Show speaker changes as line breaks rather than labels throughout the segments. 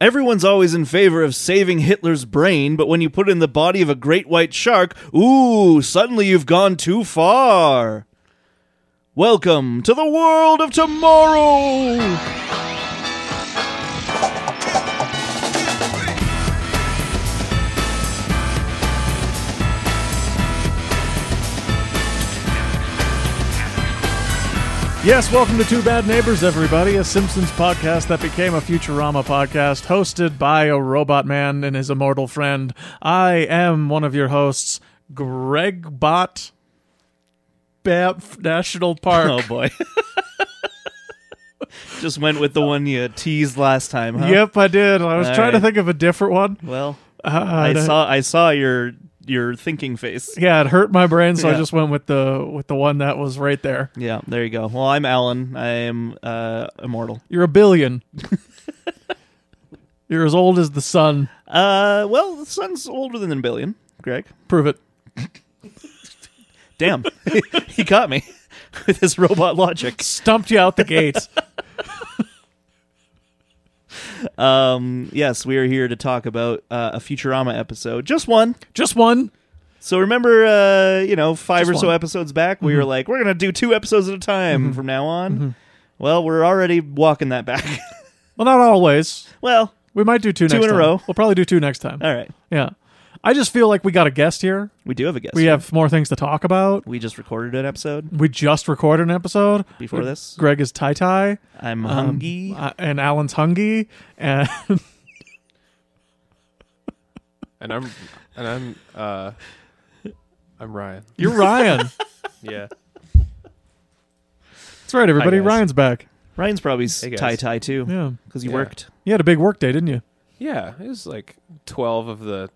Everyone's always in favor of saving Hitler's brain, but when you put it in the body of a great white shark, ooh, suddenly you've gone too far. Welcome to the world of tomorrow!
Yes, welcome to Two Bad Neighbors, everybody, a Simpsons podcast that became a Futurama podcast hosted by a robot man and his immortal friend. I am one of your hosts, Greg Bot Banff National
Oh
Park.
boy. Just went with the one you teased last time, huh?
Yep, I did. I was
All
trying to
right.
think of a different one.
Well,
Uh,
I
and I-
saw I saw your your thinking face.
Yeah, it hurt my brain, so I
Yeah.
just went with the with the one that was right there.
Yeah, there you go. Well, I'm Alan. I am uh, immortal.
You're a billion. You're as old as the sun.
Uh, well, the sun's older than a billion, Greg.
Prove it.
Damn, he caught me with his robot logic.
Stumped you out the gate.
Um, yes, we are here to talk about uh, a Futurama episode, just one.
just one.
So remember, uh, you know, five
Just
or so
one. Mm-hmm.
episodes back, we were like, we're gonna do two episodes at a time from now on. Well, we're already walking that back.
Well, not always.
well,
We might do two,
Two
next
in a
time.
row.
We'll probably do two next time.
all right,
Yeah. I just feel like we got a guest here.
we do have a guest.
We have more things to talk about.
we just recorded an episode
We just recorded an episode.
before this.
Greg is tie tie,
I'm
Um,
hungry.
and Alan's hungy, and
and I'm and I'm uh I'm Ryan.
you're Ryan.
Yeah.
That's right, everybody.
guys.
Ryan's back.
Ryan's probably
Hey, guys.
tie tie too
Yeah,
because you
Yeah.
worked.
you had a big work day, didn't you?
Yeah, it was like 12 of the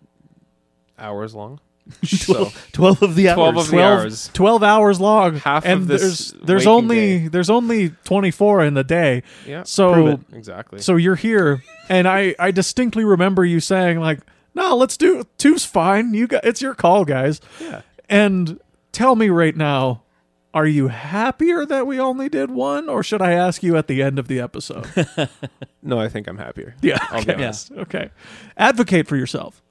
hours long. so,
Twelve of the hours.
12 of the hours.
Twelve hours long.
Half
and
of this
there's there's
waking
only
day.
there's only 24 in the day.
Yeah.
So
exactly.
so you're here, and I I distinctly remember you saying like, "No, let's do two's fine. You got it's your call, guys."
yeah.
And tell me right now, are you happier that we only did one, or should I ask you at the end of the episode?
No, I think I'm happier.
yeah.
I'll be
okay.
honest. Mm-hmm.
Okay. Advocate for yourself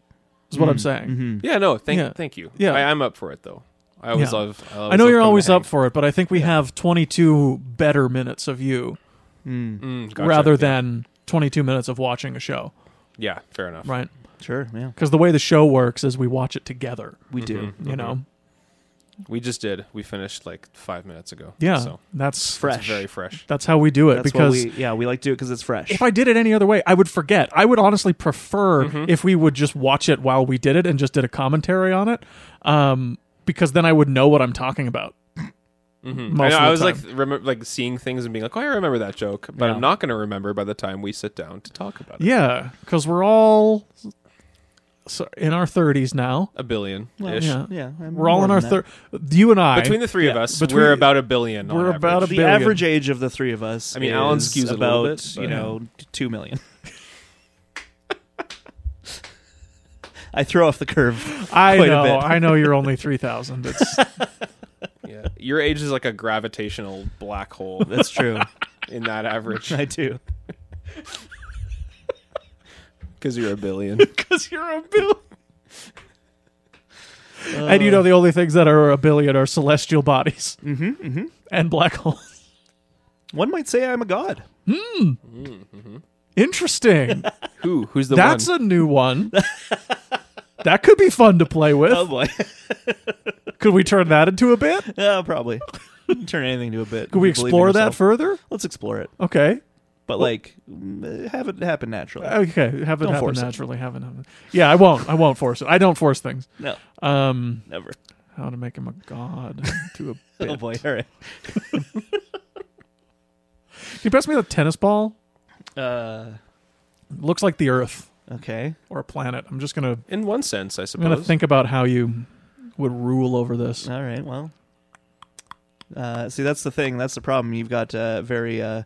is what I'm saying.
Mm-hmm.
Yeah, no, thank
Yeah.
thank you.
Yeah.
I, I'm up for it though. I always
Yeah.
love I, always
I know
love
you're
coming
always
to
up for it, but I think we have 22 better minutes of you
hang. Mm, gotcha.
rather
Yeah.
than 22 minutes of watching a show,
Yeah, fair enough.
right?
Sure. Yeah,
Because the way the show works is we watch it together,
we do.
you know?
Mm-hmm, We just did. We finished like 5 minutes ago.
Yeah.
So
That's
Fresh.
it's very fresh.
that's how we do it
That's
because
what we. Yeah, we like to do it because it's fresh.
if I did it any other way, I would forget. I would honestly prefer
Mm-hmm.
if we would just watch it while we did it and just did a commentary on it, um, because then I would know what I'm talking about.
Mhm.
most
I, know,
of the
I was
time.
like remember like seeing things and being like, "Oh, I remember that joke," but
Yeah.
I'm not going to remember by the time we sit down to talk about it.
Yeah, because we're all so in our 30s now.
A billion ish.
Well,
Yeah.
yeah, I'm
We're all
more
in our
than that.
third. You and I.
Between the three of
yeah,
us,
between-
we're about a billion. on
we're
average.
about a
The
billion.
average age of the three of us.
I mean, Alan
is
skews it a
about
little bit,
you
but-
know t- two million. I throw off the curve.
I
quite a
know.
bit.
I know you're only 3,000. It's
Yeah. Your age is like a gravitational black hole
That's true.
in that average
I do.
because you're a billion.
because you're a billion. and you know the only things that are a billion are celestial bodies
Mm-hmm, mm-hmm.
and black holes.
One might say I'm a god.
Interesting.
Who? Who's the
That's a new one. that could be fun to play with.
Oh boy.
Could we turn that into a bit?
Yeah, probably. Turn anything to a bit.
Could we
Believe in
explore that
yourself.
further?
Let's explore it,
Okay. Uh,
but like, mm, have it happen naturally.
Okay. Have it
Don't
happen
force it.
naturally. Have it happen. Yeah, I won't. I won't force it. I don't force things.
no,
Um,
never.
how to make him a god to a bit.
Oh boy. All right.
Can you pass me the tennis ball?
Uh,
looks like the Earth
okay.
or a planet. I'm just gonna.
In one sense, I
I'm gonna
suppose.
think about how you would rule over this.
All right. Well, uh, see, that's the thing. That's the problem. You've got uh, very uh,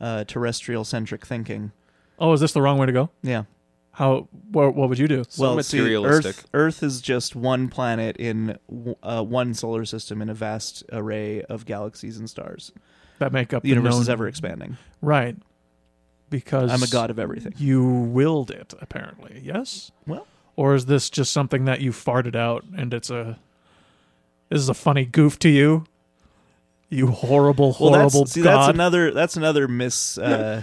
uh, terrestrial centric thinking.
Oh, is this the wrong way to go?
Yeah.
How? What, what would you do?
So
well, see,
materialistic.
Earth, Earth is just one planet in w- uh, one solar system in a vast array of galaxies and stars.
That make up
The universe
known-
is ever expanding.
Right. because
I'm a god of everything.
You willed it, apparently. Yes.
Well.
or is this just something that you farted out, and it's a this is a funny goof to you? You horrible,
Well,
horrible
that's, see,
god.
that's another that's another mis uh,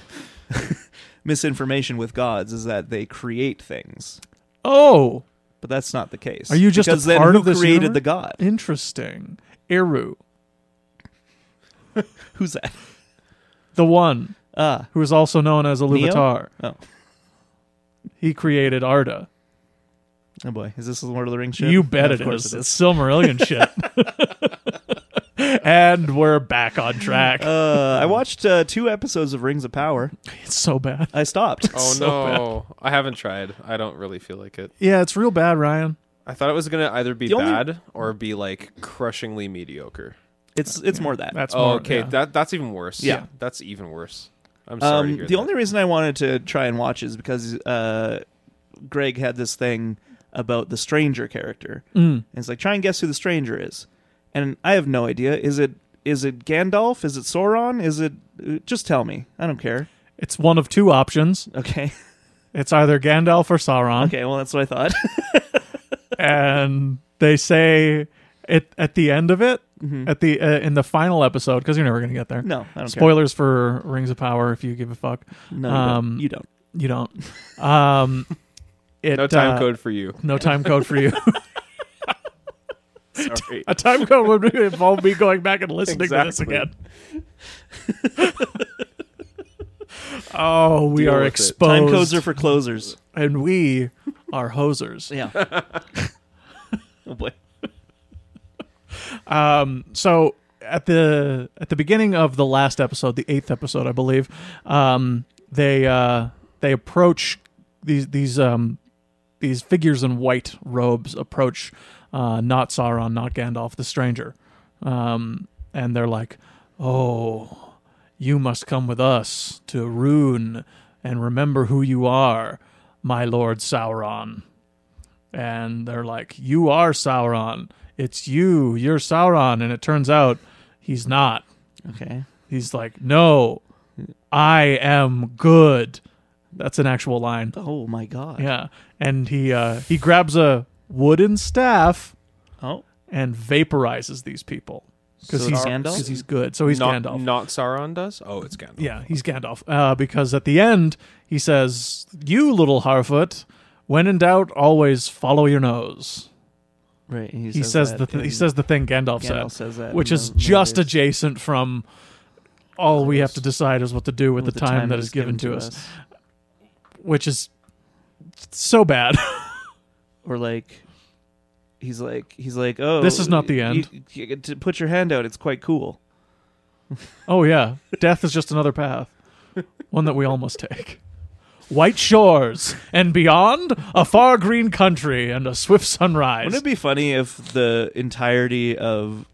misinformation with gods is that they create things,
oh,
but that's not the case.
Are you just a
because then
part
who
of this
created
universe?
the god?
interesting. Eru,
Who's that?
the one
Ah,
who is also known as
Neo?
Iluvatar,
oh,
he created Arda.
oh boy, is this the Lord of the Rings shit?
You bet
of
it
course
is. It's Silmarillion shit. and we're back on track.
Uh, I watched uh, two episodes of Rings of Power.
it's so bad.
I stopped.
Oh
So
no, I haven't tried. I don't really feel like it.
Yeah, it's real bad, Ryan.
I thought it was gonna either be
The only-
bad or be like crushingly mediocre.
It's it's more that.
That's
Oh,
more,
okay,
yeah.
that that's even worse.
Yeah.
that's even worse. I'm sorry. to
Um,
hear
the
that.
only reason I wanted to try and watch is because uh, Greg had this thing about the stranger character, and it's like try and guess who the stranger is, and I have no idea. Is it is it Gandalf? Is it Sauron? Is it uh, just tell me? I don't care.
it's one of two options.
Okay,
It's either Gandalf or Sauron,
okay. Well, that's what I thought.
and they say it at the end of it, at the uh, in the final episode, because you're never gonna get there.
no, I don't
Spoilers for Rings of Power if you give a fuck.
care. No,
um,
you don't.
You don't. Um, it,
no time
uh,
code for you.
No time code for you.
Sorry.
a time code would involve me going back and listening to this
Exactly.
again. oh, we
Deal
are
with it.
exposed.
Time codes are for closers.
and we are hosers.
Yeah. oh boy.
Um, so at the at the beginning of the last episode, the eighth episode, I believe, um, they uh, they approach these these um, these figures in white robes approach uh, not Sauron, not Gandalf, the stranger, um, and they're like, "Oh, you must come with us to Rune and remember who you are, my lord Sauron." and they're like, "You are Sauron. It's you. You're Sauron." And it turns out he's not.
Okay.
He's like, "No, I am good." That's an actual line.
Oh my god.
Yeah, and he uh, he grabs a wooden staff
Oh.
and vaporizes these people because
So
he's
it's Gandalf?
'cause he's good. So he's
not,
Gandalf.
not Sauron does. Oh, it's Gandalf.
Yeah, he's Gandalf. Uh, because at the end, he says, "You little Harfoot, when in doubt, always follow your nose."
Right. He,
he says,
that
the th- he
in-
says the thing Gandalf,
Gandalf
said,
says that
which
in
is
the
just
movies.
adjacent from all we have to decide is what to do with, the, time, that is given, to us, which is so bad.
or like he's like he's like oh
This is not the end.
you- you get to put your hand out it's quite cool
oh yeah, death is just another path, one that we all must take. White shores and beyond, a far green country and a swift sunrise.
wouldn't it be funny if the entirety of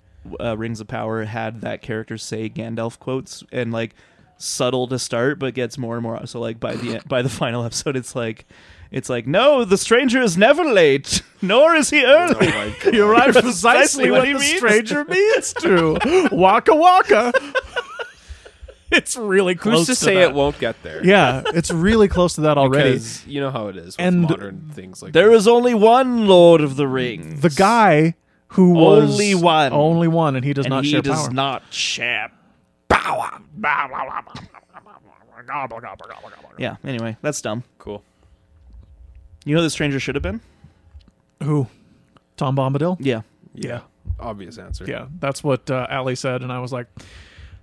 uh, rings of power had that character say gandalf quotes and like subtle to start but gets more and more so like by the e- by the final episode it's like it's like no the stranger is never late nor is he
Oh
early
my God.
You're right,
precisely
precisely what,
what he
the
means.
stranger means to Waka Waka. it's really close
Who's to say
that.
it won't get there?
Yeah, it's really close to that already.
because you know how it is with
And
modern things like
there
that.
is only one lord of the rings
the guy who was
Only one.
only one, and he does
and
not
he
share
does
power.
not share yeah anyway that's dumb
cool.
you know who the stranger should have been
who? Tom Bombadil.
yeah
Yeah,
Obvious answer.
yeah, that's what uh, Ali said, and I was like,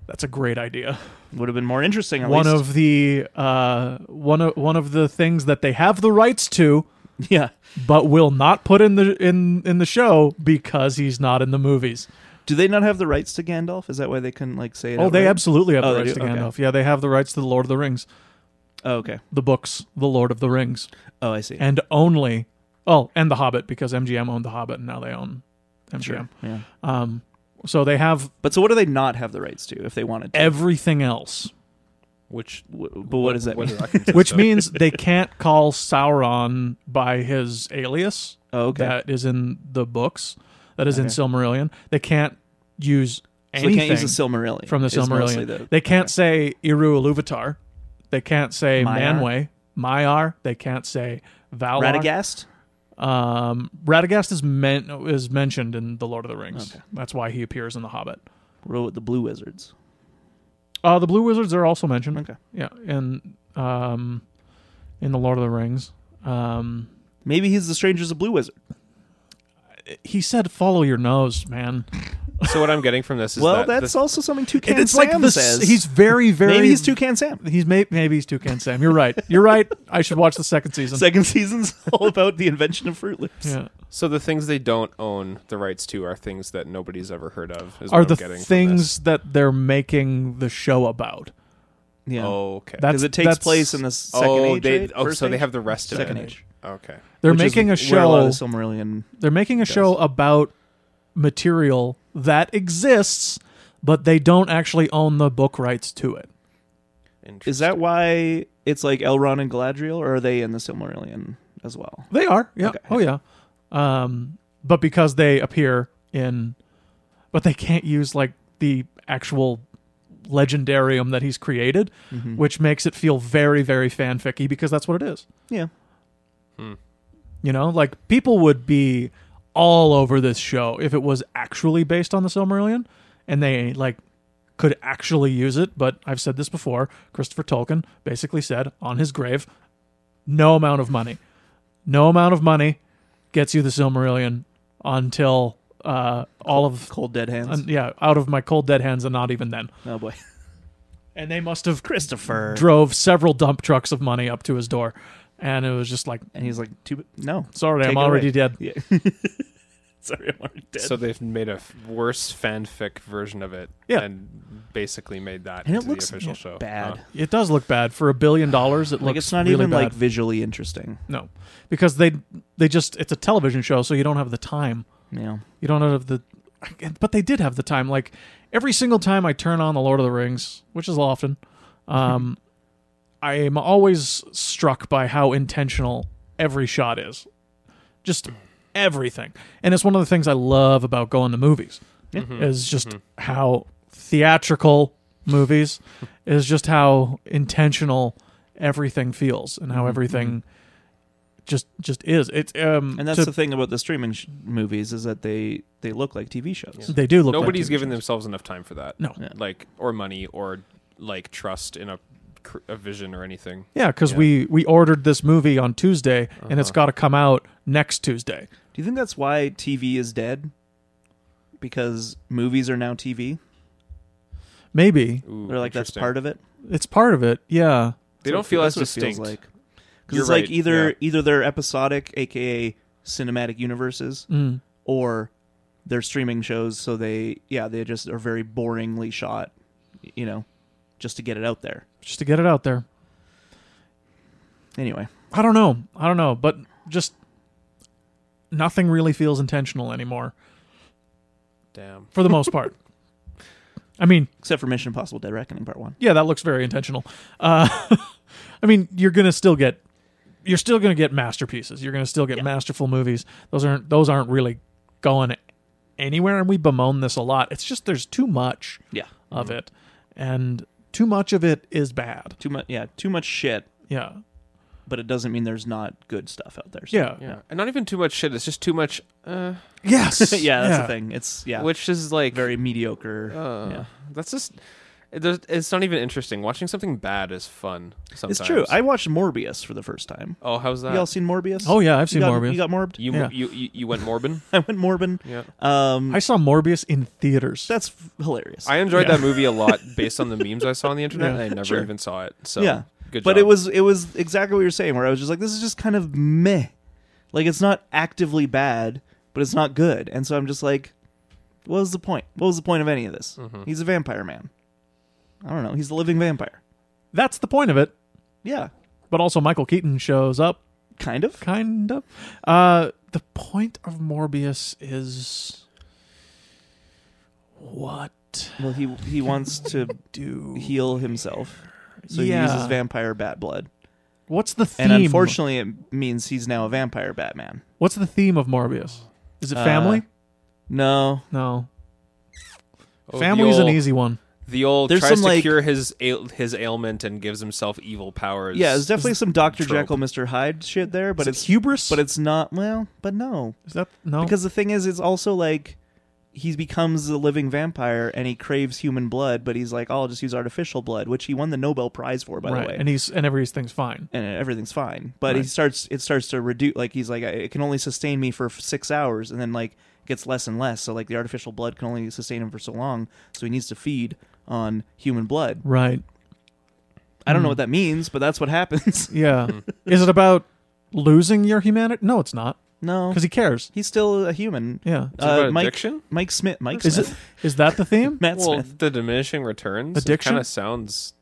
"That's a great idea."
would have been more interesting. At
One
least.
of the uh, one of one of the things that they have the rights to.
yeah.
but will not put in the in in the show because he's not in the movies.
Do they not have the rights to Gandalf? Is that why they couldn't like say it?
Oh, they
outright?
absolutely have
Oh,
the
they
rights
do?
to
Okay.
Gandalf. Yeah, they have the rights to the Lord of the Rings,
Oh, okay.
the books, the Lord of the Rings,
Oh, I see.
and only oh, and the Hobbit because MGM owned the Hobbit and now they own MGM.
Sure. Yeah.
Um, so they have
But so, what do they not have the rights to if they wanted? to?
everything else,
Which
W- but what does that
what
mean?
did I contest
which
that?
means they can't call Sauron by his alias.
Oh, okay.
That is in the books. That is in
Okay.
Silmarillion. They can't use
so they
anything.
can't use the Silmarillion
from the
is mostly
Silmarillion.
the-
they can't say Iru Iluvatar. They can't say
Maiar.
Manway. Maiar. They can't say Valar.
Radagast?
Um, Radagast is men- is mentioned in The Lord of the Rings. That's why he appears in The Hobbit.
Row with the Blue Wizards.
Uh, the Blue Wizards are also mentioned.
Okay.
Yeah, in um, in The Lord of the Rings. Um,
Maybe he's the Strangers of Blue Wizard.
he said, "Follow your nose, man."
So what I'm getting from this is
well,
that
that's
the,
also something Toucan
And it's
Sam
like the,
says.
he's very, very.
Maybe he's Toucan Sam.
He's may- maybe he's Toucan Sam. You're right. You're right. I should watch the second season.
Second season's all about the invention of Fruit Loops.
yeah.
so the things they don't own the rights to are things that nobody's ever heard of. Is
Are
what
the
I'm getting
things that they're making the show about?
Yeah.
From this. Oh, okay.
That's
Because it takes
that's-
place in the second
oh,
age.
they,
right?
oh,
First
so they
age?
have the rest of
second
it.
age.
Okay.
They're
Which is
making a
Where a lot
show.
of Silmarillion.
They're making a show about material that exists, but they don't actually own the book rights to it.
Is that why it's like Elrond and Galadriel, or are they in the Silmarillion as well?
They are, yeah,
Okay.
oh yeah. Um, but because they appear in, but they can't use like the actual legendarium that he's created, which makes it feel very, very fanficky because that's what it is.
Yeah.
You know, like people would be all over this show if it was actually based on the Silmarillion and they like could actually use it. But I've said this before Christopher Tolkien basically said on his grave, no amount of money, no amount of money gets you the Silmarillion until uh, all of,
Cold Dead Hands.
un- yeah, out of my cold dead hands and not even then.
oh, boy.
And they must have
Christopher.
drove several dump trucks of money up to his door. And it was just like,
and he's like, too, no.
sorry,
Take
I'm
it
already
away.
dead.
Yeah. Sorry, I'm already dead.
So they've made a f- worse fanfic version of it,
Yeah.
and basficially made that
and it
into
looks
the official
yeah,
show.
bad.
Huh.
It does look bad for a billion dollars. It
Like
looks
it's not
really
even
bad.
like visually interesting.
no, because they they just it's a television show, so you don't have the time.
Yeah.
You don't have the, but they did have the time. Like every single time I turn on the Lord of the Rings, which is often, um, I am always struck by how intentional every shot is, just everything. And it's one of the things I love about going to movies
Mm-hmm.
is just how theatrical movies is just how intentional everything feels and how
Mm-hmm.
everything just just is. It's um
And that's
to-
the thing about the streaming sh- movies is that they they look like TV shows.
they do look like
Nobody's
TV
giving
shows.
themselves enough time for that.
No.
Yeah.
like or money or like trust in a cr- a vision or anything.
Yeah, because we we ordered this movie on Tuesday, and
Uh-huh.
it's got to come out next Tuesday.
Do you think that's why TV is dead? Because movies are now TV.
Maybe
Ooh,
Or like that's
interesting.
part of it.
it's part of it. Yeah,
That's
They don't
what-
feel as
that's what it feels
distinct.
like. Because
You're
it's like
right,
either
yeah.
either they're episodic, aka cinematic universes,
Mm.
or they're streaming shows. So they yeah they just are very boringly shot, y- you know, just to get it out there.
just to get it out there.
Anyway,
I don't know. I don't know, but just nothing really feels intentional anymore
Damn.
for the most part. I mean,
except for Mission Impossible: Dead Reckoning Part One.
yeah, that looks very intentional. Uh, I mean, you're gonna still get you're still gonna get masterpieces. You're gonna still get masterful movies. Those aren't those aren't really going anywhere, and we bemoan this a lot. It's just there's too much.
Yeah,
of it and too much of it is bad
too much. Yeah, too much shit.
yeah
But it doesn't mean there's not good stuff out there. so-
yeah
Yeah, and not even too much shit. It's just too much. Uh,
yes
yeah, that's the thing. It's yeah,
which is like
very mediocre.
Uh,
yeah.
That's just. It does, it's not even interesting. Watching something bad is fun. Sometimes
It's true. I watched Morbius for the first time.
oh, how's that?
you all seen Morbius?
oh yeah i've
you
seen
got,
morbius
You got morbed.
you,
yeah.
you you you went Morbin.
I went morbin.
yeah.
Um,
i saw morbius in theaters
that's f- hilarious.
I enjoyed
Yeah.
that movie a lot based on the memes I saw on the internet,
Yeah.
and I never
Sure.
even saw it. So
yeah,
good.
but
job.
it was it was exactly what you were saying. Where I was just like, this is just kind of meh. Like it's not actively bad, but it's not good. And so I'm just like, what was the point? What was the point of any of this?
Mm-hmm.
He's a vampire man. I don't know. He's the living vampire.
that's the point of it
Yeah,
but also michael keaton shows up
kind of.
kind of uh the point of morbius is what
Well, he he wants to
do
heal himself, so
Yeah.
he uses vampire bat blood.
what's the theme
And unfortunately, it means he's now a vampire Batman.
what's the theme of morbius is it
Uh,
family
No,
no
Oh, the
family's an
Oh, old-
easy one
the old
There's
tries
some,
to
like-
cure his ail- his ailment and gives himself evil powers.
Yeah, it's definitely some Doctor
trope.
Jekyll, Mister Hyde shit there, but
Is it
it's
hubris?
but it's not. Well, but no,
Is that no?
because the thing is, it's also like he becomes a living vampire and he craves human blood, but he's like, oh, I'll just use artificial blood, which he won the Nobel Prize for, by
right,
the way.
and he's and everything's fine.
and everything's fine. But he
Right.
starts it starts to reduce. Like he's like, it can only sustain me for f- six hours, and then like gets less and less. So like the artificial blood can only sustain him for so long. So he needs to feed on human blood.
Right.
I don't know
Hmm.
what that means, but that's what happens.
Yeah. Is it about losing your humanity? No, it's not.
no,
Because he cares.
he's still a human.
Yeah.
Is it about
Uh, Mike-
addiction.
Mike Smith. Mike
Is
Smith.
it is that the theme?
Matt
Well,
Smith.
the diminishing returns.
Addiction?
kind of sounds.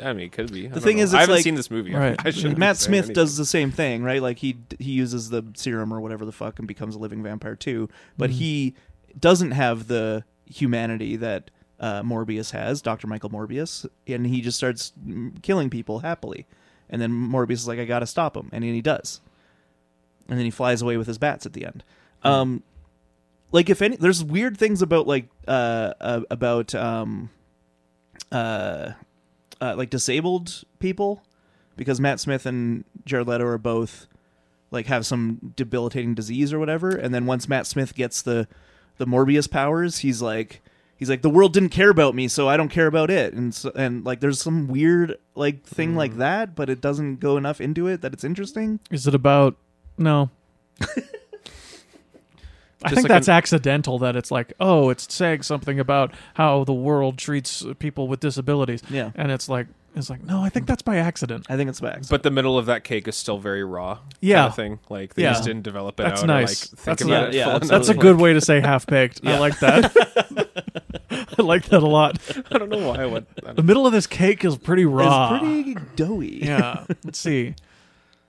I mean, it could be. I don't
thing
know.
is,
I
it's
haven't
like-
seen this movie. I-
Right.
I shouldn't be
Matt
saying
Smith
anything.
does the same thing, right? Like he he uses the serum or whatever the fuck and becomes a living vampire too, but he doesn't have the humanity that uh, Morbius has, Doctor Michael Morbius, and he just starts mm, killing people happily, and then Morbius is like, I gotta stop him, and then he does, and then he flies away with his bats at the end. Um, like if any, there's weird things about like uh, uh about um uh, uh, like disabled people because Matt Smith and Jared Leto are both like have some debilitating disease or whatever. And then once Matt Smith gets the the Morbius powers, he's like he's like the world didn't care about me, so I don't care about it. And so, and like there's some weird like thing
Mm-hmm.
like that, but it doesn't go enough into it that it's interesting.
Is it about no? I
Just
think
like
that's
an-
accidental that it's like, oh, it's saying something about how the world treats people with disabilities.
Yeah.
And it's like it's like, no, I think that's by accident.
I think it's back.
But the middle of that cake is still very raw.
Yeah.
kind of thing. Like they
Yeah.
just didn't develop it
That's
out.
nice.
Or, like, think
That's
about
not-
it.
yeah,
full
that's-
That's a
enough.
good
Like,
way to say half baked. I
Yeah.
like that. I like that a lot.
I don't know why. I went, I
The
don't,
middle of this cake is pretty raw.
it's pretty doughy.
yeah. Let's see.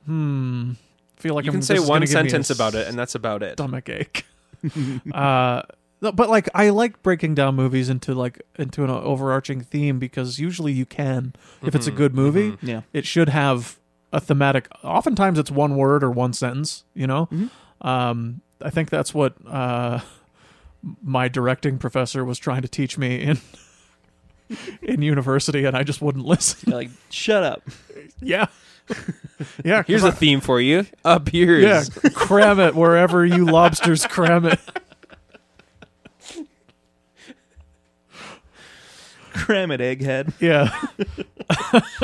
Hmm. Feel like
you
I'm,
can say
this is
one
gonna give me a
sentence about it, and that's about it.
stomach ache. uh, no, but like I like breaking down movies into like into an overarching theme because usually you can if it's a good movie,
Yeah.
it should have a thematic. Oftentimes it's one word or one sentence. You know, um, I think that's what uh, my directing professor was trying to teach me in. In university, and I just wouldn't listen.
You're like, shut up.
Yeah, yeah.
Here's a theme for you. Up yours.
Yeah, cram it wherever you lobsters cram it.
Cram it, egghead.
Yeah.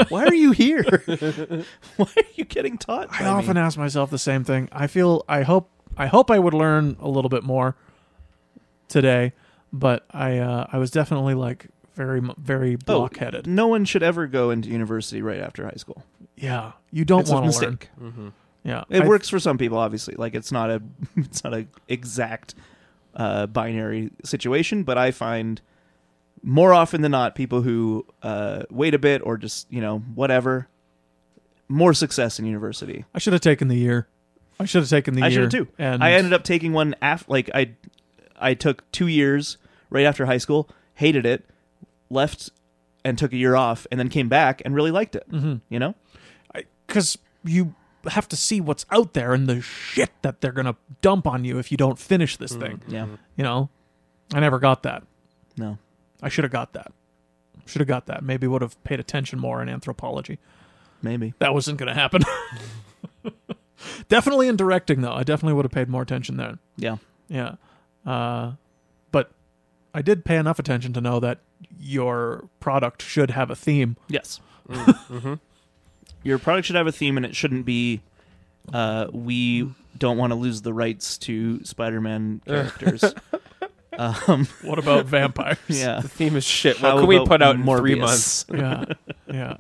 Why are you here? Why are you getting taught?
I
by me?
often ask myself the same thing. I feel I hope I hope I would learn a little bit more today, but I uh, I was definitely like very mu- very
Oh,
blockheaded.
No one should ever go into university right after high school.
Yeah, you don't
It's a
want to learn.
mistake.
Mm-hmm.
Yeah,
It
I-
works for some people, obviously. Like it's not a it's not a exact uh, binary situation, but I find more often than not people who uh, wait a bit or just you know whatever more success in university.
I should have taken the year. I should have taken the
I
year.
should have too.
And
I ended up taking one after like I I took two years right after high school, hated it, left and took a year off, and then came back and really liked it. Mm-hmm. You know.
because you have to see what's out there and the shit that they're gonna dump on you if you don't finish this thing.
Mm, Yeah.
You know, I never got that.
No.
I should have got that. Should have got that. Maybe would have paid attention more in anthropology.
Maybe.
that wasn't going to happen. definitely in directing, though. I definitely would have paid more attention there.
Yeah.
Yeah. Uh, but I did pay enough attention to know that your product should have a theme.
Yes.
Mm-hmm.
Your product should have a theme, and it shouldn't be uh, we don't want to lose the rights to Spider-Man characters. um,
What about vampires?
yeah.
The theme is shit.
How
What can we
about
put out in three
Morbius?
months?
Yeah. Yeah.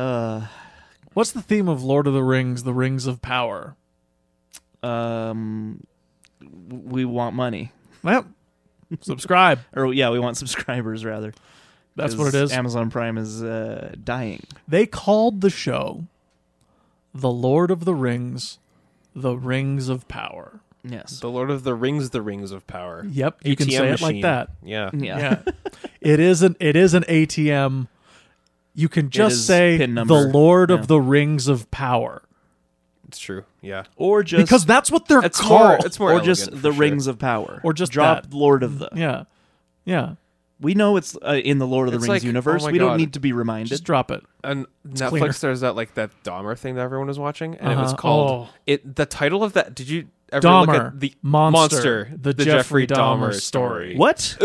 Uh,
What's the theme of Lord of the Rings, The Rings of Power?
um, we want money,
Well, subscribe.
or yeah, we want subscribers rather.
That's
'Cause
what it is.
Amazon Prime is uh, dying.
They called the show The Lord of the Rings, The Rings of Power.
Yes.
The Lord of the Rings, the Rings of Power.
Yep. You can
ATM
say it like
machine.
that.
Yeah.
yeah.
yeah. it is an it is an ATM. You can just
is
say
pin
the
number.
Lord
Yeah.
of the Rings of Power
It's true. Yeah.
Or just
because that's what they're
It's
called.
more. It's more.
or
elegant,
just
for
the
sure.
Rings of Power,
Mm.
Or just
drop
that.
Lord of the.
yeah, yeah.
We know it's uh, in the Lord of the
It's
Rings
like-
universe.
oh my
we don't
God.
need to be reminded.
Just drop it.
And Netflix,
cleaner.
there's that like that Dahmer thing that everyone was watching, and it was
Uh-huh.
called
Oh.
it. The title of that. Did you ever look
Dahmer,
at the
Monster, the
the,
Jeffrey
Jeffrey,
Dahmer
Dahmer,
story.
story?
what?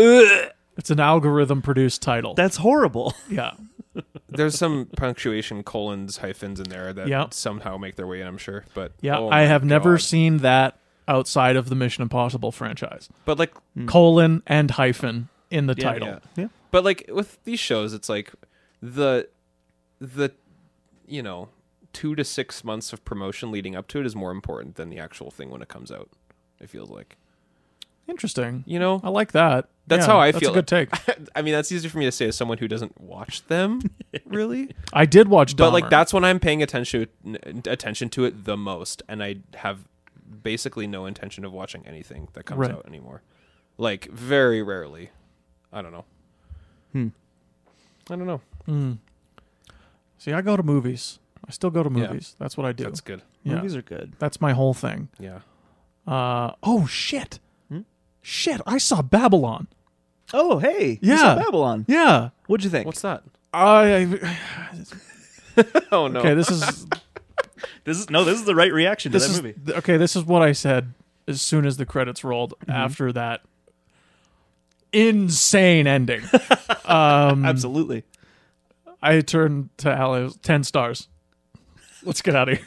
It's an algorithm produced title.
That's horrible.
yeah.
There's some punctuation, colons, hyphens in there that
Yeah.
somehow make their way in. I'm sure, but
Yeah.
oh
I
my
have never
God.
seen that outside of the Mission Impossible franchise.
But like,
Colon and hyphen in the title.
Hmm. yeah.
Yeah.
But like with these shows, it's like the the you know two to six months of promotion leading up to it is more important than the actual thing when it comes out. It feels like
Interesting.
you know.
I like that.
That's
Oh, Yeah,
how I
that's
feel.
A good take.
I mean, that's easy for me to say as someone who doesn't watch them, really.
I did watch, Dahmer.
but like, that's when I'm paying attention n- attention to it the most, and I have basically no intention of watching anything that comes
Right.
out anymore. Like, very rarely. I don't know. Hmm. I don't know.
See, I go to movies. I still go to
Yeah.
movies. That's what I do.
That's good.
yeah.
Movies are good.
That's my whole thing.
Yeah.
Uh, oh shit.
Hmm?
Shit, I saw Babylon.
Oh, hey. you
Yeah.
saw Babylon.
Yeah.
What'd you think?
What's that?
I
Oh no.
Okay, this is
This is no. This is the right reaction to
this
that
is
movie.
th- okay, this is what I said as soon as the credits rolled
Mm-hmm.
after that insane ending.
um, Absolutely.
I turned to Ali, it was 10 stars. Let's get out of here.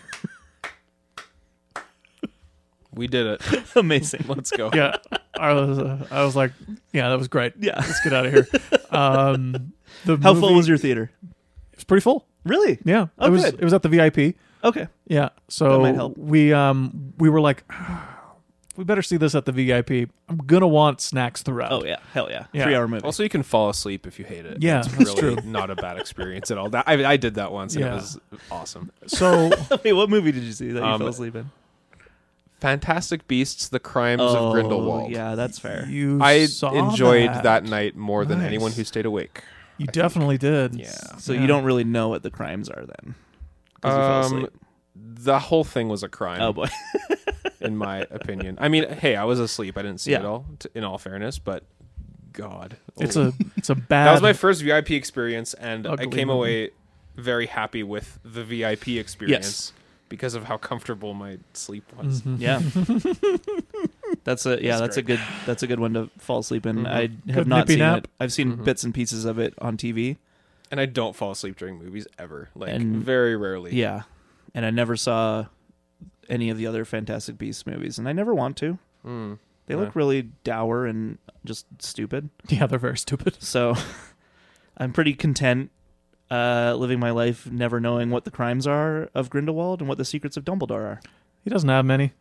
we did it.
Amazing.
Let's go.
Yeah. I was uh, I was like, yeah, that was great.
Yeah.
Let's get out of here. Um the
How
movie,
full was your theater?
It's pretty full.
Really?
Yeah.
Oh,
it was
good.
it was at the VIP.
Okay.
Yeah. So
might help.
we um we were like we better see this at the VIP. I'm gonna want snacks throughout.
Oh yeah. Hell yeah.
Yeah.
Three hour movie.
Also, you can fall asleep if you hate it.
Yeah,
it's
that's
really not a bad experience at all. That, I, I did that once and
Yeah.
it was awesome.
So
Wait, what movie did you see that you
Um,
fell asleep in?
Fantastic Beasts: The Crimes of Grindelwald.
oh, Yeah, that's fair.
Oh, you
I
saw
enjoyed that. night more than
Nice.
anyone who stayed awake.
You definitely did.
Yeah.
So
Yeah.
you don't really know what the crimes are then. 'cause you fell
Um,
asleep.
the whole thing was a crime,
Oh boy.
in my opinion. I mean, hey, I was asleep. I didn't see
Yeah.
it all, t- in all fairness, but God.
It's
Oh.
a it's a bad
That was my first VIP experience, and I
Ugly
came
movie.
away very happy with the VIP experience because of how comfortable my sleep was.
Mm-hmm.
Yeah. that's a yeah,
That's
that's, Mm-hmm. a good that's a good one to fall asleep in. I have
Good
not
nippy
seen
nap.
it. I've seen bits and pieces of it on TV.
And I don't fall asleep during movies ever, like
And-
very rarely.
Yeah. And I never saw any of the other Fantastic Beasts movies and I never want to.
Mm.
They
Yeah.
look really dour and just stupid.
Yeah, they're very stupid.
So I'm pretty content uh, living my life never knowing what the crimes are of Grindelwald and what the secrets of Dumbledore are.
He doesn't have many.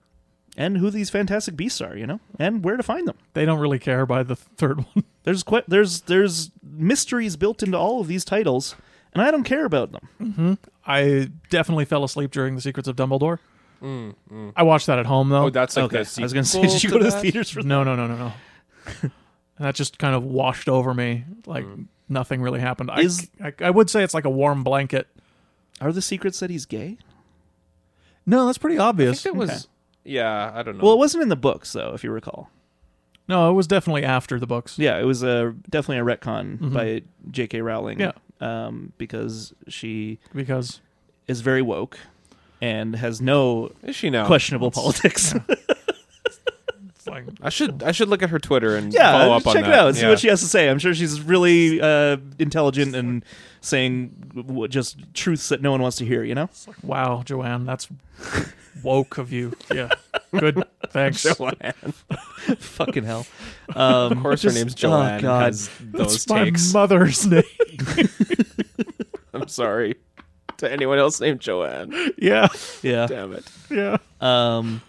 And who these fantastic beasts are, you know? And where to find them.
They don't really care by the third one.
There's que- there's there's mysteries built into all of these titles, and I don't care about them.
I definitely fell asleep during The Secrets of Dumbledore. I watched that at home though.
Mm, Oh, that's like the
I was gonna say,
sequel
did you go to the
that?
theaters for?
No, no, no, no, no. and that just kind of washed over me like nothing really happened. I-
Is-
I, I would say it's like a warm blanket.
Are the secrets that he's gay?
No, that's pretty
I
obvious.
think it was.
Okay.
Yeah, I don't know.
Well, it wasn't in the books though, if you recall.
No, it was definitely after the books.
Yeah, it was a definitely a retcon
Mm-hmm.
by J.K. Rowling.
Yeah.
um, because she
Because
is very woke and has no
is she now?
questionable politics.
it's like
I should I should look at her Twitter and
yeah,
follow up
check
on
it
that.
out. See
Yeah.
what she has to say. I'm sure she's really uh, intelligent and saying w- just truths that no one wants to hear. You know.
it's like, wow, Joanne, that's woke of you. Yeah. Good. Thanks.
Fucking hell. Um,
Of course, her name's
Oh,
Joanne.
God.
has those
That's my
takes.
mother's name.
I'm sorry to anyone else named Joanne.
yeah.
Yeah.
Damn it.
Yeah.
Um,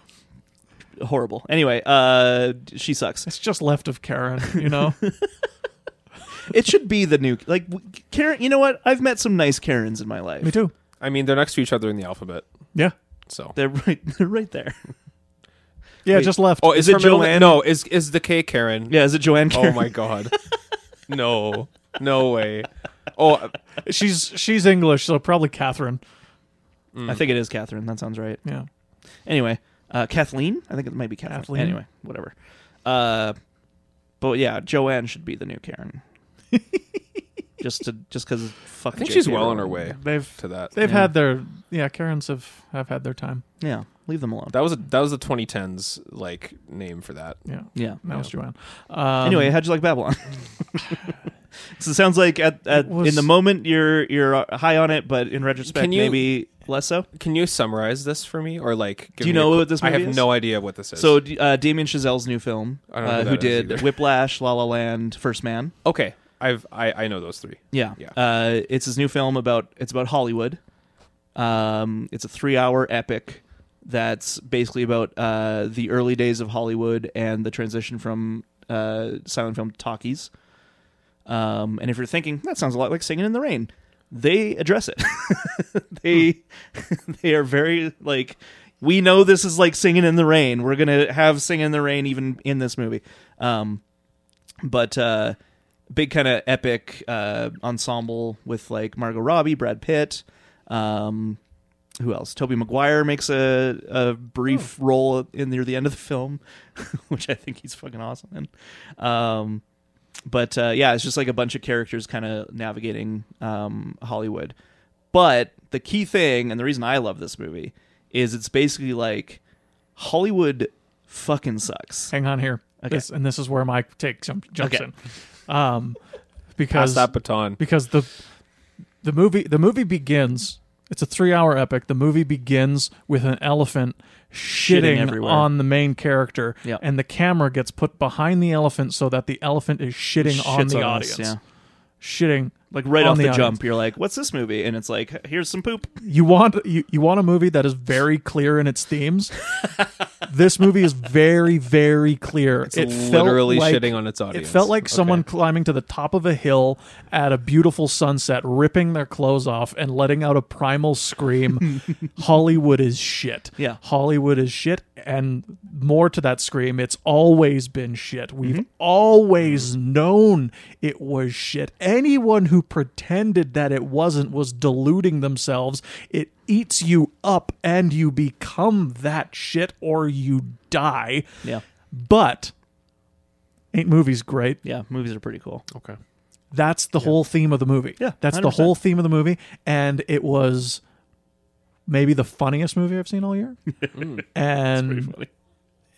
horrible. Anyway, uh, she sucks.
It's just left of Karen, you know?
It should be the new like w- Karen. You know what? I've met some nice Karens in my life.
me too.
I mean, they're next to each other in the alphabet,
Yeah.
so.
They're right. They're right there.
Yeah,
Wait.
just left.
Oh, is,
Is
it
her middle
Joanne?
name-
No, is is the K Karen?
Yeah. Is it Joanne? Karen?
Oh my god. no, no way. Oh,
She's she's English, so probably Catherine.
I think it is Catherine. That sounds right.
Yeah.
Anyway, uh, Kathleen. I think it might be Kathleen.
Kathleen.
Anyway, whatever. Uh, but yeah, Joanne should be the new Karen. just to just because fuck.
I think
JK
she's well on her
Rowling.
way
They've
to that.
they've
Yeah.
had their yeah. Karens have have had their time.
Yeah, leave them alone.
That was a, that was the 2010s like name for that.
Yeah.
Yeah.
That was Joanne. Um,
anyway, how'd you like Babylon? so it sounds like at, at
It was-
in the moment you're you're uh, high on it, but in retrospect
Can you-
maybe less so.
Can you summarize this for me, or like? Give
Do you
me a
know
qu-
what this
I
movie
have
is?
no idea what this is.
So uh, Damien Chazelle's new film,
I don't know
uh,
who
who
that is
did
either.
Whiplash, La La Land, First Man.
okay, I've I, I know those three.
Yeah.
Yeah.
Uh, it's his new film about it's about Hollywood. Um, it's a three-hour epic that's basically about uh, the early days of Hollywood and the transition from uh, silent film to talkies. Um, and if you're thinking that sounds a lot like Singing in the Rain, they address it. they they are very like we know this is like Singing in the Rain. We're gonna have Singing in the Rain even in this movie. Um, but uh big kind of epic uh ensemble with like Margot Robbie, Brad Pitt, um who else? Toby Maguire makes a, a brief role in near the end of the film, which I think he's fucking awesome in. Um, but uh, yeah, it's just like a bunch of characters kind of navigating um, Hollywood. But the key thing, and the reason I love this movie, is it's basically like Hollywood fucking sucks.
hang on here.
Okay.
This, and this is where my take jump, jumps
Okay.
in. Um,
Pass
because
that baton.
because the the movie the movie begins. It's a three-hour epic. The movie begins with an elephant
Shitting
shitting,
everywhere.
on the main character,
Yeah.
and the camera gets put behind the elephant so that the elephant is shitting on
Shits
the
on us,
audience.
yeah.
Shitting
like right
on
off the,
the
jump you're like what's this movie and it's like here's some poop
you want you, you want a movie that is very clear in its themes. this movie is very very clear.
It's
it felt
literally
like-
shitting on its
It
audience.
felt like
Okay.
someone climbing to the top of a hill at a beautiful sunset, ripping their clothes off and letting out a primal scream. Hollywood is shit.
Yeah.
Hollywood is shit. And more to that scream, it's always been shit. We've
Mm-hmm.
always known it was shit. Anyone who pretended that it wasn't was deluding themselves. It eats you up and you become that shit or you die.
yeah
But ain't movies great?
yeah movies are pretty cool
Okay.
That's the whole theme of the movie.
Yeah,
that's the
100%.
whole theme of the movie, and it was maybe the funniest movie I've seen all year,
Mm.
and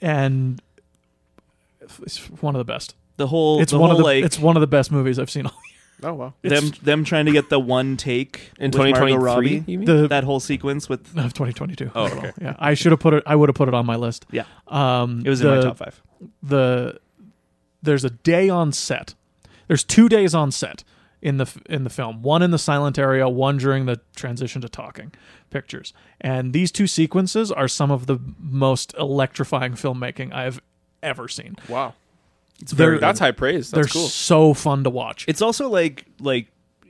and it's one of the best.
the whole
It's
the
one
whole
of the
like
it's one of the best movies I've seen all
Oh wow.
year. It's
them them trying to get the one take
In
with Margot
2023,
Robbie,
you mean?
the
that whole sequence with
of 2022.
Oh, okay.
Yeah, I should have put it. I would have put it on my list.
yeah
Um,
it was in my
the-
top five
the there's a day on set. There's two days on set in the f- in the film. One in the silent area, one during the transition to talking pictures. And these two sequences are some of the most electrifying filmmaking I've ever seen.
Wow.
it's
they're-
very
That's high praise.
They're
That's cool.
so fun to watch.
it's also like like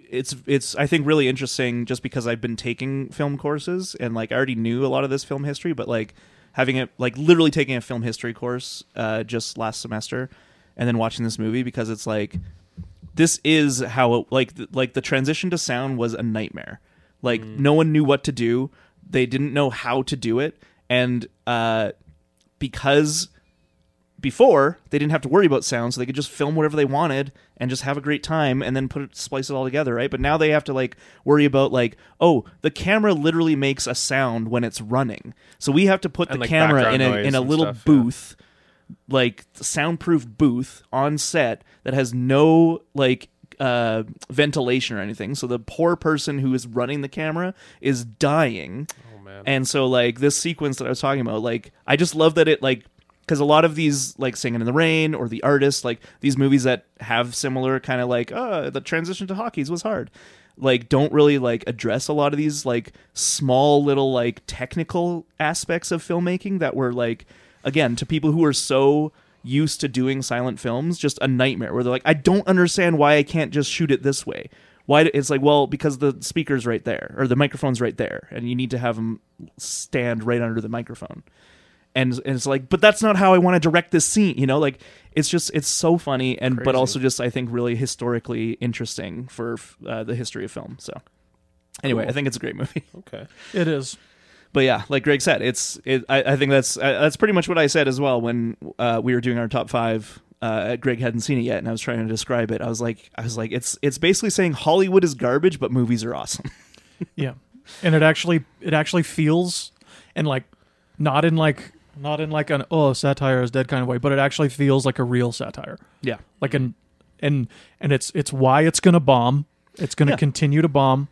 it's it's I think really interesting just because I've been taking film courses and like I already knew a lot of this film history, but like having it like literally taking a film history course uh, just last semester and then watching this movie because it's like this is how it like th- like the transition to sound was a nightmare. Like no one knew what to do. They didn't know how to do it, and uh, because before they didn't have to worry about sound, so they could just film whatever they wanted and just have a great time and then put it, splice it all together, right? But now they have to like worry about like, oh, the camera literally makes a sound when it's running, so we have to put
And,
the
like,
camera in
background
a
noise
in a
and
little
stuff, yeah.
booth, like soundproof booth on set that has no like uh ventilation or anything so the poor person who is running the camera is dying
oh man.
and so like this sequence that I was talking about, like I just love that it like because a lot of these like Singing in the Rain or The Artist, like these movies that have similar kind of like uh the transition to hockey's was hard. Like don't really like address a lot of these like small little like technical aspects of filmmaking that were like again to people who are so used to doing silent films just a nightmare where they're like I don't understand why I can't just shoot it this way why do- it's like well because the speaker's right there or the microphone's right there and you need to have them stand right under the microphone and, and it's like but that's not how i want to direct this scene you know like it's just it's so funny and but
Crazy.
also just i think really historically interesting for uh, the history of film so anyway i think it's a great movie
okay.
It is.
but yeah, like Greg said, it's it, I, I think that's I, that's pretty much what I said as well when uh, we were doing our top five uh, Greg hadn't seen it yet, and I was trying to describe it. I was like, I was like, it's it's basically saying Hollywood is garbage, but movies are awesome.
Yeah, and it actually it actually feels and like not in like not in like an oh satire is dead kind of way, but it actually feels like a real satire.
yeah,
Like an and and it's it's why it's gonna bomb. It's gonna
Yeah.
continue to bomb,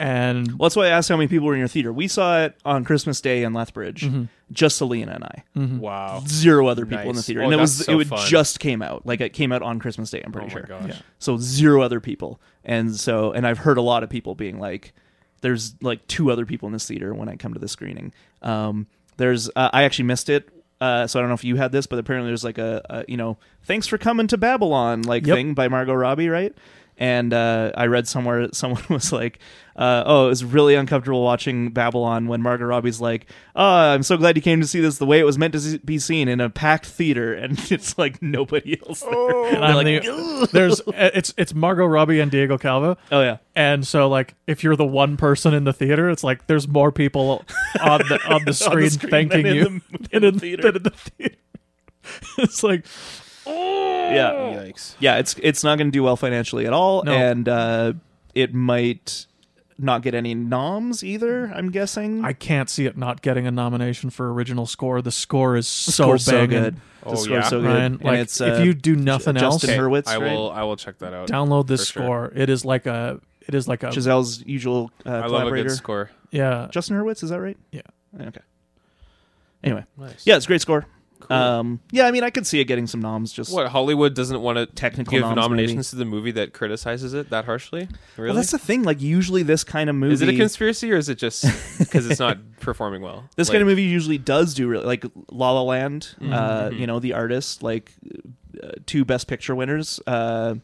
and
well, that's why I asked how many people were in your theater. We saw it on Christmas Day in Lethbridge,
Mm-hmm.
just Selena and I,
Wow.
zero other people in the
Nice.
theater,
Mm-hmm. Oh,
and it
that's
was
so
it would
fun.
just came out like it came out on Christmas Day. I'm
Oh
pretty
my
sure.
gosh.
so zero other people and so and i've heard a lot of people being like there's like two other people in this theater when i come to the screening um there's uh, i actually missed it uh, so I don't know if you had this, but apparently there's like a, a you know, thanks for coming to Babylon like
Yep.
thing by Margot Robbie, right? And uh, I read somewhere that someone was like, uh, "Oh, it was really uncomfortable watching Babylon when Margot Robbie's like, oh, I'm so glad you came to see this the way it was meant to s- be seen in a packed theater, and it's like nobody else." There.
and I'm the, there's it's it's Margot Robbie and Diego Calva.
Oh yeah,
And so, like, if you're the one person in the theater, it's like there's more people on the on the screen,
screen
thanking
than in
you
the-
than in, than in the theater. it's like
yeah,
Yikes.
yeah, it's it's not going to do well financially at all,
No.
and uh, it might not get any noms either. I'm guessing.
I can't see it not getting a nomination for original score. The score is so
score's so
banging,
good.
Oh,
the score's
yeah.
so good.
Ryan.
and
Like,
it's,
if
uh,
you do nothing else,
Justin Hurwitz,
I
right?
will. I will check that out.
download this
For sure.
score. It is like a it is like a
Giselle's usual uh,
I love a
collaborator.
good score.
yeah
Justin Hurwitz, is that right?
yeah.
Okay. Anyway,
Nice.
yeah, it's a great score. Um, yeah, I mean, I could see it getting some noms. Just
What Hollywood doesn't want to
Technical
give
noms,
nominations to the movie that criticizes it that harshly? Really?
well, that's the thing. Like, usually this kind of movie
is it a conspiracy or is it just because it's not performing well?
this
Like, Mm-hmm.
kind of movie usually does do really like La La Land, uh, you know, the artist, like uh, two best picture winners. Uh,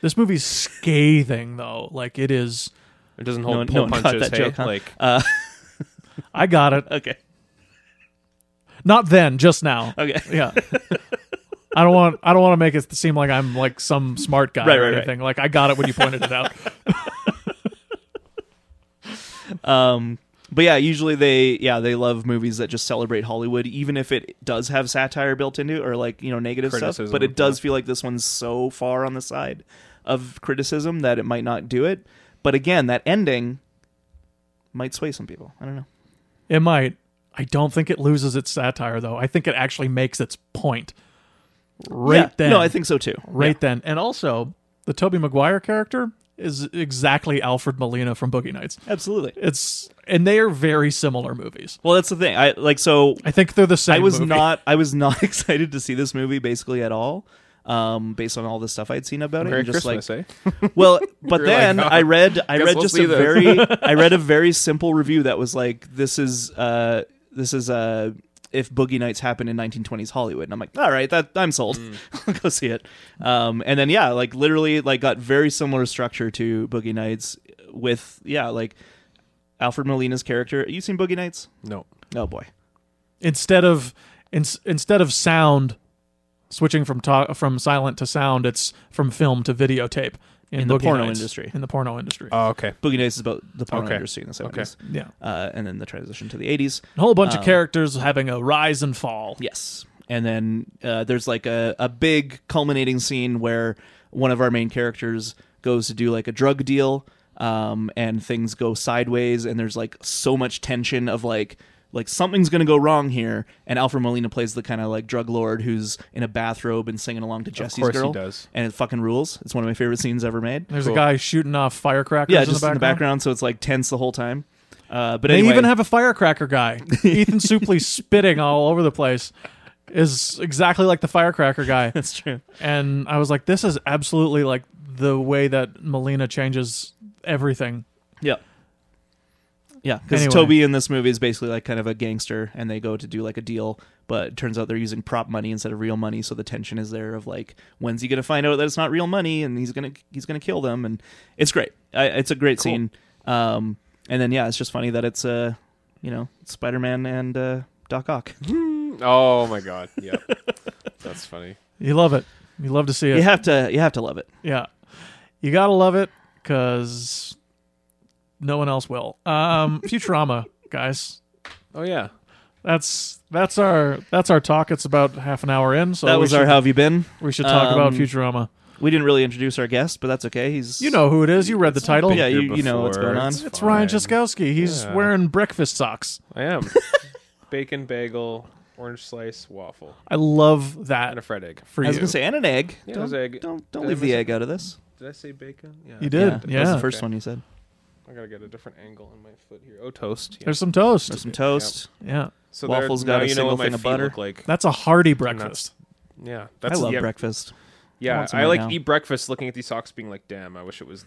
This movie's scathing though. Like it is.
it doesn't
no one-
hold
no
pull
one caught
punches.
that
hey,
joke, huh?
like
I got it.
okay,
Not then, just now.
okay.
Yeah. I don't want I don't want to make it seem like I'm like some smart guy
Right,
or
right, right.
anything. Like I got it when you pointed it out.
Um, but yeah, usually they yeah they love movies that just celebrate Hollywood, even if it does have satire built into it or like you know negative stuff.
Criticism,
But it does
yeah.
feel like this one's so far on the side of criticism that it might not do it. But again, that ending might sway some people. I don't know.
It might. I don't think it loses its satire though. I think it actually makes its point. Right
Yeah.
then.
no, I think so too.
right then. And also, the Toby Maguire character is exactly Alfred Molina from Boogie Nights.
Yeah, absolutely.
It's and they are very similar movies.
Well, that's the thing. I like so
I think they're the same.
I was
movie.
not I was not excited to see this movie basically at all. Um, based on all the stuff I'd seen about it,
Merry
and just
Christmas,
like
eh?
well, but
You're
then
like, oh,
I read I
guess
read
we'll
just
see
a
this.
very I read a very simple review that was like this is uh this is uh if Boogie Nights happened in 1920s Hollywood, and I'm like, all right, that I'm sold.
Mm.
I'll go see it. Um, and then yeah, like literally like got very similar structure to Boogie Nights with yeah like Alfred Molina's character. You seen Boogie Nights?
No.
Oh boy.
instead of in, instead of sound switching from ta- from silent to sound it's from film to videotape in,
the
Boogie
porno
Nights.
industry.
in the porno industry
Oh, okay.
Boogie Nights is about the porn
Okay.
industry in the 70s.
yeah
Uh, and then the transition to the 80s.
a whole bunch
um,
of characters having a rise and fall
Yes. And then uh, there's like a, a big culminating scene where one of our main characters goes to do like a drug deal um, and things go sideways. And there's like so much tension of like, like something's going to go wrong here. And Alfred Molina plays the kind of like drug lord who's in a bathrobe and singing along to Jesse's
course he
girl.
does.
And it fucking rules. It's one of my favorite scenes ever made.
there's a
Cool.
guy shooting off firecrackers
yeah,
in,
just
the
in the background. So it's like tense the whole time. Uh, but
they
anyway,
even have a firecracker guy ethan supley spitting all over the place is exactly like the firecracker guy
that's true.
and i was like this is absolutely like the way that melina changes everything
Yeah. Yeah, because
Anyway.
Toby in this movie is basically like kind of a gangster, and they go to do like a deal, but it turns out they're using prop money instead of real money, so the tension is there of like, when's he gonna find out that it's not real money, and he's gonna he's gonna kill them, and it's great. I, it's a great scene. Um, and then yeah, it's just funny that it's uh, you know, Spider Man and uh, Doc Ock.
Oh my god. Yeah. that's funny.
you love it you love to see it
You have to you have to love it.
Yeah. You got to love it because no one else will. Um, Futurama, guys.
Oh yeah.
That's that's our that's our talk. It's about half an hour in, so
that
we
was
should,
our How Have You Been?
we should talk about
um,
Futurama.
We didn't really introduce our guest, but that's okay. He's
You know who it is. You read the title.
Yeah, Uh, you- you know what's going on.
it's Ryan
Jessica.
Jaskowski. He's
Yeah.
wearing breakfast socks.
I am. Bacon bagel, orange slice, waffle,
I love
and a
that
fried egg.
for
I was
you.
gonna say and an egg.
Yeah, it
don't,
was egg.
don't
Did
don't
I
leave
miss
the
it?
egg out of this.
Did I say bacon? Yeah.
you did.
that
Yeah.
was the first one you said.
I gotta get a different angle on my foot here. Oh, toast. Yeah.
There's some toast.
There's some toast.
yeah.
so
waffles
there,
got
now
a
you know
single
what my
thing of
feet
butter.
look like.
That's a hearty breakfast.
Yeah, that's
I love
yeah,
breakfast.
Yeah,
want some
I
right
like
now.
eat breakfast looking at these socks, being like, "Damn, I wish it was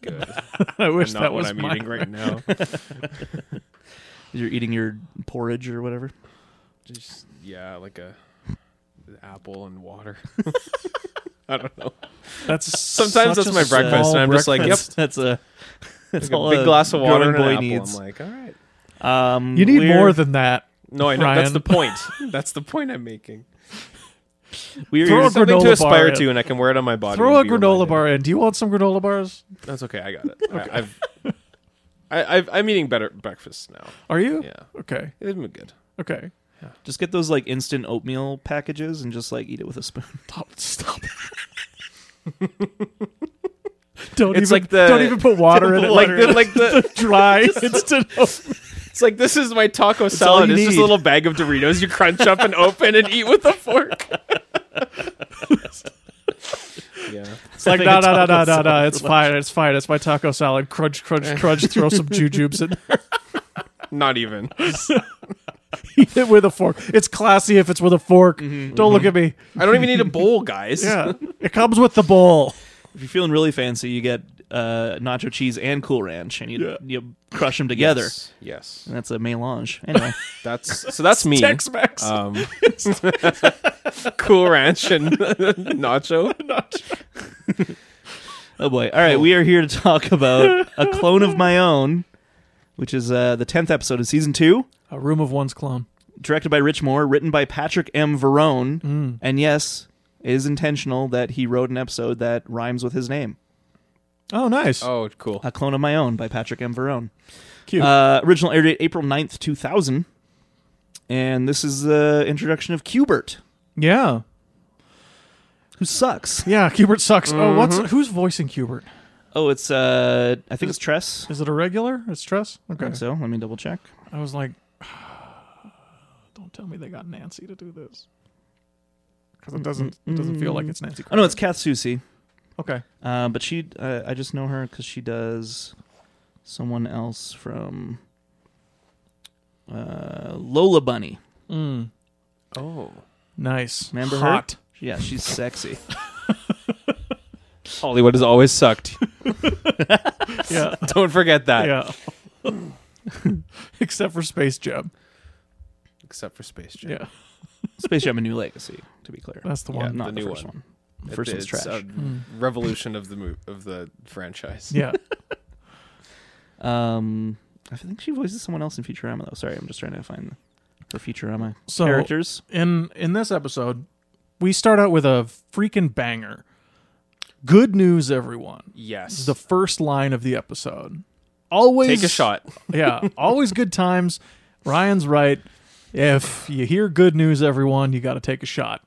good."
I wish
and not
that
what
was
I'm
mine.
eating right now.
You're eating your porridge or whatever.
Just yeah, like a apple and water. I don't know.
That's
Sometimes
such
that's
a
my
small
breakfast, and I'm just like,
breakfast.
That's a that's
Like a
all
big glass of water and
growing
an
boy
apple.
needs.
I'm like, all right.
Um,
You need
we're-
more than that.
No, I know that's
Ryan.
the point. That's the point I'm making.
we're-
Throw a
There's something
granola
to
bar
aspire
in.
to, and I can wear it on my body.
Throw a
and be
granola
reminded.
bar in. Do you want some granola bars?
That's okay. I got it. I, I've, I, I've, I'm eating better breakfast now.
Are you?
Yeah,
Okay.
it's been good.
Okay.
Just get those like instant oatmeal packages and just like eat it with a spoon.
Stop. Stop. don't
It's
even
like the-
don't even put water in it.
Like the, like the
dry instant.
it's like this is my taco
all
salad.
you
It's just
need.
a little bag of Doritos you crunch up and open and eat with a fork. yeah,
It's like
Having a
no no
taco
no no no no.
salad
It's fine. It's fine. It's my taco salad. Crunch crunch crunch. Throw some jujubes in.
not even.
Eat it with a fork. It's classy if it's with a fork.
Mm-hmm,
don't look at me.
I don't even need a bowl, guys.
Yeah. it comes with the bowl.
If you're feeling really fancy, you get uh, nacho cheese and Cool Ranch, and you
Yeah.
you crush them together.
Yes. yes.
And that's a melange. Anyway,
That's so. That's me.
Tex Mex.
Um, cool Ranch and Nacho.
oh boy. All right, we are here to talk about a clone of my own, which is uh, the tenth episode of season two,
a room of one's clone.
directed by Rich Moore, written by Patrick M. Verone, and yes, it is intentional that he wrote an episode that rhymes with his name.
Oh, nice.
Oh, cool.
A Clone of My Own by Patrick M. Verone.
Cute.
Uh, original air date April 9th, 2000. And this is the introduction of Cubert,
yeah.
who sucks.
Yeah, Cubert sucks. Oh, what's who's voicing Cubert?
Oh, it's, uh, I think it's Tress.
Is it a regular? It's Tress.
I
Okay.
think so. Let me double check.
I was like, don't tell me they got Nancy to do this because it doesn't it doesn't feel like it's Nancy.
Oh, no, it's Kath Soucy.
okay.
Uh, but she, uh, I just know her because she does someone else from uh, Lola Bunny.
Oh.
Nice.
Remember her?
Hot.
Yeah, she's sexy.
Hollywood has always sucked.
Yeah.
Don't forget that.
yeah. Except for Space Jam.
Except for Space Jam.
Yeah,
Space Jam: A New Legacy, to be clear.
that's the
Yeah.
one.
Not the,
the new
first
one.
one. The first one's
it's
trash.
a revolution of the mo- of the franchise.
Yeah.
Um, I think she voices someone else in Futurama though. Sorry, I'm just trying to find her Futurama
So
characters.
in in this episode, we start out with a freaking banger. Good news, everyone.
Yes.
The first line of the episode. Always
Take a shot.
yeah, always good times. Ryan's right. If you hear good news, everyone, you got to take a shot.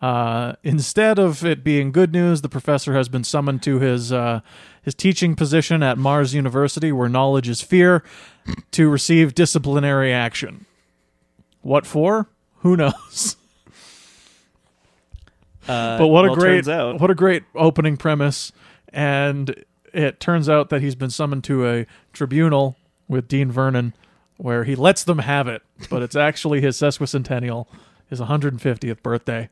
Uh, instead of it being good news, the professor has been summoned to his uh, his teaching position at Mars University, where knowledge is fear, to receive disciplinary action. What for? Who knows?
Uh,
but what a
well,
great
turns out.
what a great opening premise and it turns out that he's been summoned to a tribunal with dean vernon where he lets them have it but it's actually his sesquicentennial his 150th birthday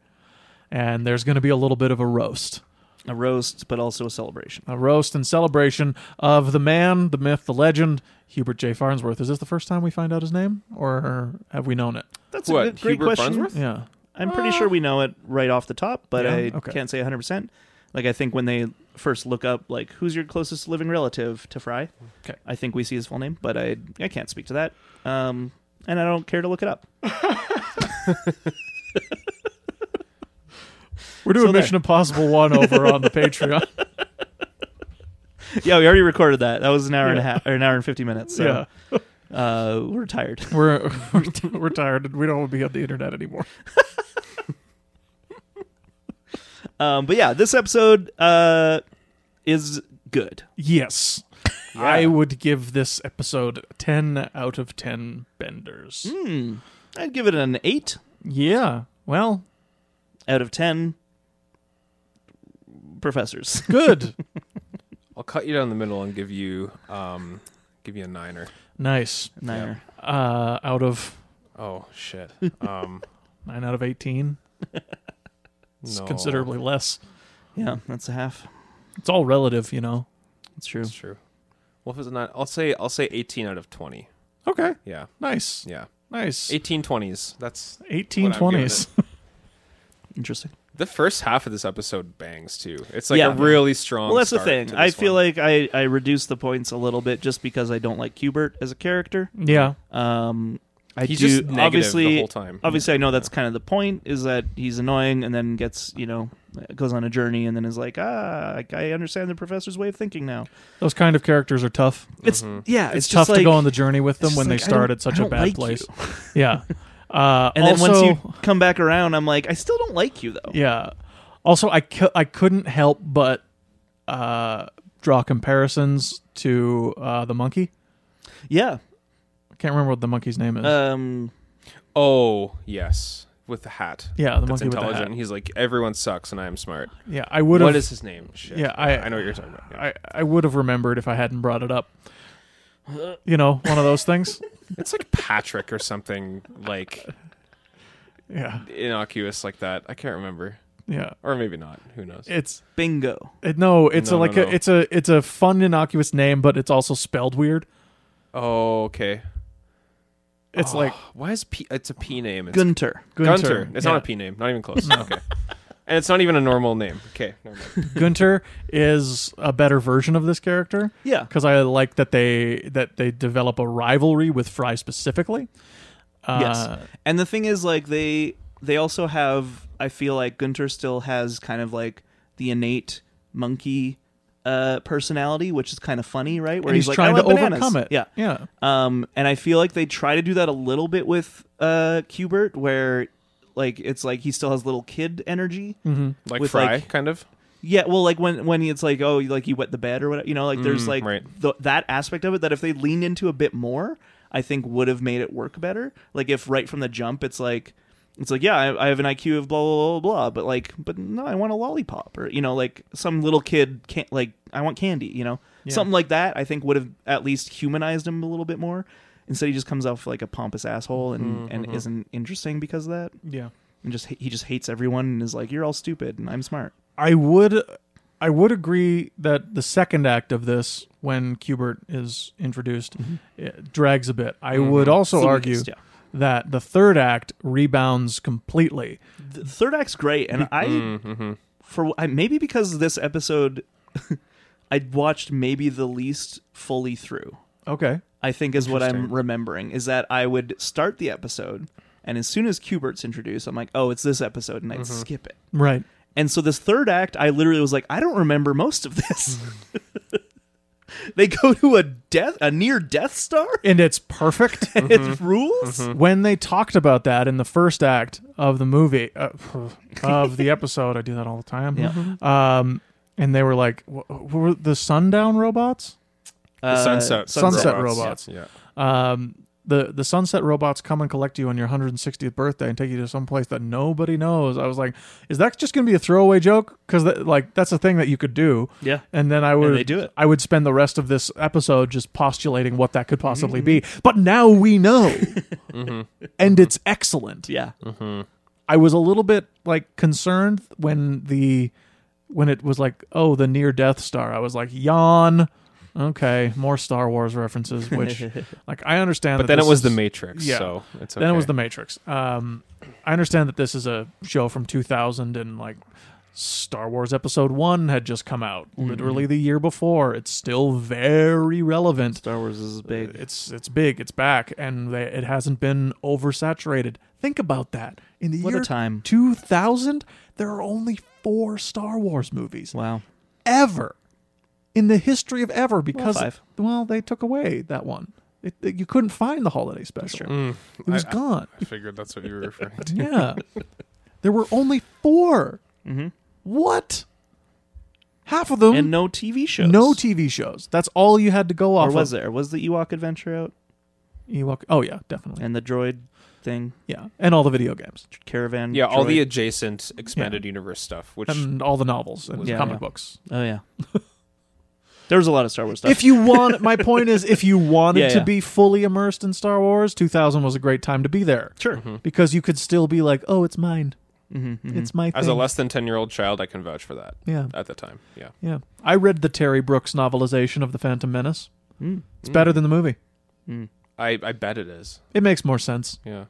and there's going to be a little bit of a roast
a roast, but also a celebration.
a roast and celebration of the man the myth the legend hubert j farnsworth is this the first time we find out his name or have we known it
That's
What,
a good, great
Hubert
question.
Farnsworth?
yeah
I'm pretty sure we know it right off the top, but
Yeah?
I
Okay.
can't say 100. percent Like I think when they first look up, like who's your closest living relative to Fry?
Okay.
I think we see his full name, but I I can't speak to that. Um, and I don't care to look it up.
we're doing
So there.
mission impossible 1 over on the patreon
yeah, we already recorded that. That was an hour and a
Yeah.
half or an hour and 50 minutes. So.
yeah
Uh, we're tired.
We're we're, t- we're tired. We don't want to be on the internet anymore.
Um, but yeah, this episode uh, is good.
Yes. I would give this episode 10 out of 10 benders.
Hmm.
Hmm.
I'd give it an eight
Yeah. Well,
out of ten. Professors,
good.
I'll cut you down the middle and give you um give you a niner.
nice.
niner.
Uh out of
Oh shit. Um
9 out of 18. It's
no.
considerably less.
Yeah, that's a half.
It's all relative, you know.
That's true.
That's true. Well, if it's not, I'll say I'll say 18 out of 20.
Okay.
Yeah,
Nice.
yeah,
Nice.
1820s. That's
1820s.
Interesting.
the first half of this episode bangs too. It's like
Yeah.
a really strong.
Well, that's the
start
thing.
to
I
this
feel
one.
like I I reduced the points a little bit just because I don't like Cubert as a character.
yeah.
Um, I
he's
do
just negative
obviously
the whole time.
obviously I know that's kind of the point is that he's annoying and then gets you know goes on a journey and then is like ah like, I understand the professor's way of thinking now.
Those kind of characters are tough.
It's yeah,
It's,
it's,
tough
just like,
to go on the journey with them
just
when they
like, I
start
don't-
at such
I
a
don't
bad
like
place.
you.
Yeah. Uh
And then
also,
once you come back around, I'm like I still don't like you though.
Yeah. Also, I cou- I couldn't help but uh, draw comparisons to uh, the monkey.
Yeah.
I can't remember what the monkey's name is.
Uh,
Um.
Oh yes, with the hat.
yeah, the
That's
monkey with the
intelligent.
hat.
He's like everyone sucks and I am smart.
Yeah, I would have.
What is his name? Shit.
Yeah, I-
know what you're talking about. Yeah.
I, I would have remembered if I hadn't brought it up. You know, one of those things.
it's like Patrick or something like
Yeah,
innocuous like that. I can't remember,
yeah.
or maybe not. Who knows?
It's
Bingo.
it, no, it's
No,
a,
no,
like
no.
a it's a it's a fun innocuous name, but it's also spelled weird.
oh okay.
It's like
Why is P? It's a P name. It's
Gunter.
Gunter.
Oh, Gunter. It's not a P name. Not even close. Okay. And it's not even a normal name. Okay. Never mind.
Gunter is a better version of this character.
Yeah.
because I like that they that they develop a rivalry with Fry specifically. Uh,
yes. And the thing is, like they they also have. I feel like Gunter still has kind of like the innate monkey uh personality, which is kind of funny, right? Where
and he's,
like,
trying
I
to
want bananas.
overcome it.
Yeah.
yeah,
Um, and I feel like they try to do that a little bit with uh Cubert, where like it's like he still has little kid energy.
Like
With,
Fry,
like-
kind of.
Yeah, well, like when when it's like oh, like you wet the bed or whatever, you know, like there's
Mm,
like
right.
th- that aspect of it that if they leaned into a bit more, I think would have made it work better. Like if right from the jump, it's like it's like yeah, I, I have an IQ of blah blah blah blah, but like but no, I want a lollipop or you know like some little kid can't like I want candy, you know, something like that. I think would have at least humanized him a little bit more. Instead, he just comes off like a pompous asshole
Mm-hmm,
and and isn't interesting because of that,
yeah.
and just he just hates everyone and is like you're all stupid and I'm smart.
I would I would agree that the second act of this, when Cubert is introduced, it drags a bit. I would also
It's the
argue
weakest, Mm-hmm. yeah.
that the third act rebounds completely.
the third act's great,
Mm-hmm.
and I, for I, maybe because this episode, I watched maybe the least fully through.
Okay.
I think is what I'm remembering is that I would start the episode, and as soon as Cubert's introduced, I'm like, oh, it's this episode, and I'd
Mm-hmm.
skip it.
Right.
And so this third act, I literally was like, I don't remember most of this.
Mm-hmm.
they go to a death, a near death star.
And it's perfect.
It rules.
when they talked about that in the first act of the movie uh, of the episode i do that all the time um, and they were like wh- wh- were the sundown robots
Uh,
sunset.
sunset robots.
Yeah. yeah.
um, the, the sunset robots come and collect you on your 160th birthday and take you to some place that nobody knows i was like is that just going to be a throwaway joke because like that's a thing that you could do
Yeah.
and then I would
they do it.
I would spend the rest of this episode just postulating what that could possibly be. But now we know.
Mm-hmm.
And it's excellent.
Yeah.
I was a little bit like concerned when the when it was like, oh, the near Death Star. I was like, yawn. Okay, more Star Wars references, which like I understand.
But
that
then it
this
was the
is-
Matrix.
yeah.
So it's okay.
Then it was the Matrix. Um, I understand that this is a show from 2000 and like Star Wars Episode One had just come out literally the year before. It's still very relevant.
Star Wars is big.
It's it's big. It's back, and they, it hasn't been oversaturated. Think about that. In the
What a
year
time.
2000, there are only four Star Wars movies
Wow.
ever in the history of ever because
five.
well, they took away that one. It, it- you couldn't find the holiday special. It was
I- I-
gone.
I figured that's what you were referring to.
Yeah. there were only 4 What? Half of them.
Mm-hmm. and no TV shows.
no TV shows. That's all you had to go off.
Or was
of.
there? Was the Ewok Adventure out
Ewok. Oh yeah, definitely.
and the droid thing
yeah, and all the video games
caravan?
Yeah, all the
droid?
adjacent expanded universe stuff, which
and all the novels and
Yeah,
comic
yeah.
books.
oh yeah. there was a lot of Star Wars stuff.
If you want, my point is, if you wanted
Yeah,
to
yeah.
be fully immersed in Star Wars, 2000 was a great time to be there.
sure.
because you could still be like, oh, it's mine.
Mm-hmm.
It's my thing.
as a less than 10 year old child, I can vouch for that
yeah,
at the time. Yeah.
yeah. I read the Terry Brooks novelization of The Phantom Menace.
Mm.
It's better than the movie.
I, I bet it is.
It makes more sense.
Yeah.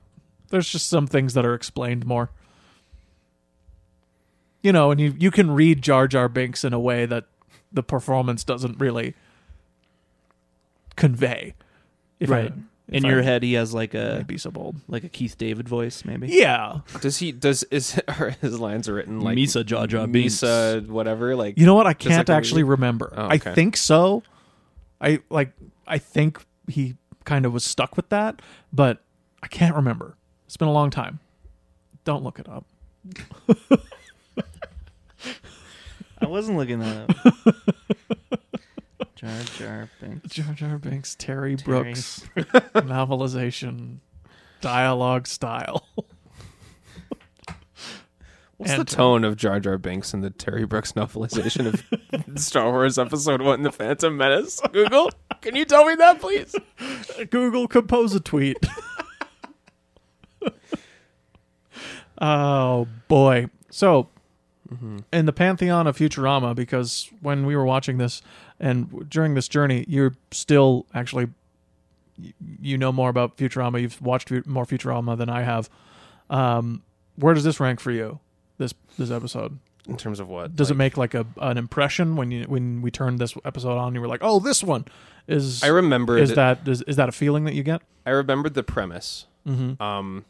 There's just some things that are explained more. You know, and you, you can read Jar Jar Binks in a way that the performance doesn't really convey. If
Right. In your head, he has like
may
a
be so bold.
like a Keith David voice, maybe.
Yeah.
Does he, does, is, are his lines written like
Misa Jar Jar Binks.
Misa, whatever? Like,
You know what? I
like
can't
a
actually
really-
remember.
Oh,
I
okay.
think so. I like. I think he kind of was stuck with that, but I can't remember. It's been a long time. Don't look it up.
I wasn't looking that up. Jar Jar Binks.
Jar Jar Binks,
Terry.
Terry, Brooks novelization, dialogue style.
what's
and-
the tone of Jar Jar Binks in the Terry Brooks novelization of Star Wars Episode 1 The Phantom Menace? Google, can you tell me that, please?
Google compose a tweet. oh boy. So in the pantheon of Futurama, because when we were watching this and w- during this journey, you're still actually y- you know more about Futurama. You've watched fu- more Futurama than I have. Um, where does this rank for you? This this episode
In terms of what?
does it make like a an impression when you when we turned this episode on? You were like, oh, this one is
I remember
is
that-
that is, is that a feeling that you get?
I remembered the premise, um,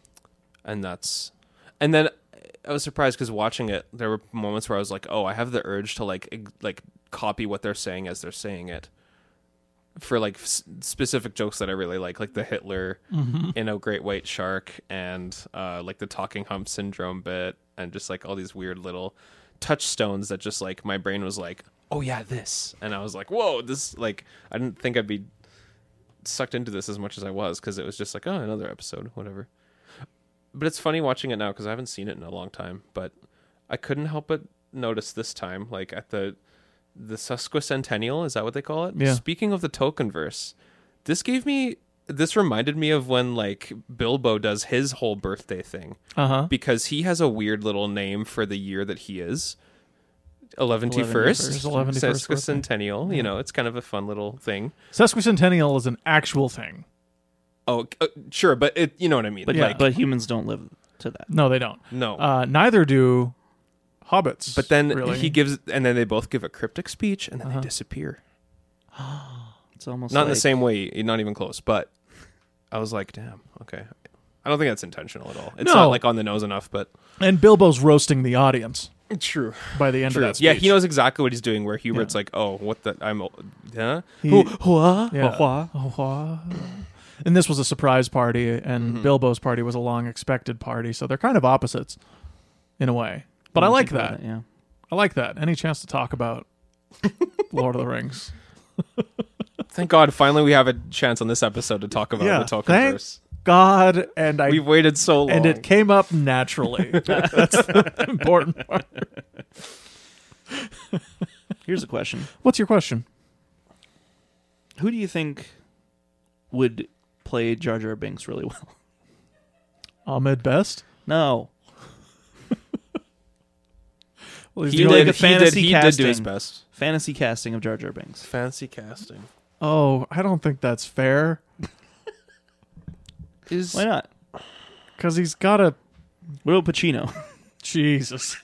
and that's, and then I was surprised because watching it, there were moments where I was like, "Oh, I have the urge to like ig- like copy what they're saying as they're saying it." For like s- specific jokes that I really like, like the Hitler in a Great White Shark, and uh, like the Talking Hump Syndrome bit, and just like all these weird little touchstones that just like my brain was like, "Oh yeah, this," and I was like, "Whoa, this!" Like I didn't think I'd be sucked into this as much as I was because it was just like, oh, another episode, whatever. But it's funny watching it now because I haven't seen it in a long time. But I couldn't help but notice this time, like at the the sesquicentennial, is that what they call it?
Yeah.
Speaking of the Tokenverse, this gave me this reminded me of when like Bilbo does his whole birthday thing
Uh huh.
because he has a weird little name for the year that he is. 11st,
11st,
11st birthday.
sesquicentennial. You know, it's kind of a fun little thing.
Sesquicentennial is an actual thing.
Oh, uh, sure, but it, you know what I mean.
But
Yeah.
but humans don't live to that.
No, they don't.
No.
Uh, neither do hobbits.
but then
really.
he gives, and then they both give a cryptic speech, and then they disappear.
It's almost
Not in
like,
the same way, not even close. But I was like, damn, okay. I don't think that's intentional at all. It's
No.
not like on the nose enough, but
and Bilbo's roasting the audience
true.
by the end
True.
of that.
Yeah,
speech.
he knows exactly what he's doing. Where Hubert's like, "Oh, what the? I'm, huh?
He-
Who- whoa,
Yeah.
whoa.
Oh, wha- And this was a surprise party, and
Mm-hmm.
Bilbo's party was a long expected party, so they're kind of opposites in a way. But I
When you
Mm-hmm.
like
think about
that.
Yeah.
I like that. Any chance to talk about Lord of the Rings?
Thank God, finally we have a chance on this episode to talk about
Yeah,
the
thank-
Tolkienverse.
God, and I
We've waited so long,
and it came up naturally. That's the important part.
Here's a question:
What's your question?
Who do you think would play Jar Jar Binks really well?
Ahmed Best.
No,
Well, he's
He
he,
the
did-
only-
a
did, he, did,
fantasy
he did do his
casting.
best.
fantasy casting of Jar Jar Binks.
Fancy casting
oh, I don't think that's fair
is
Why not?
because he's got a
What about Pacino?
Jesus.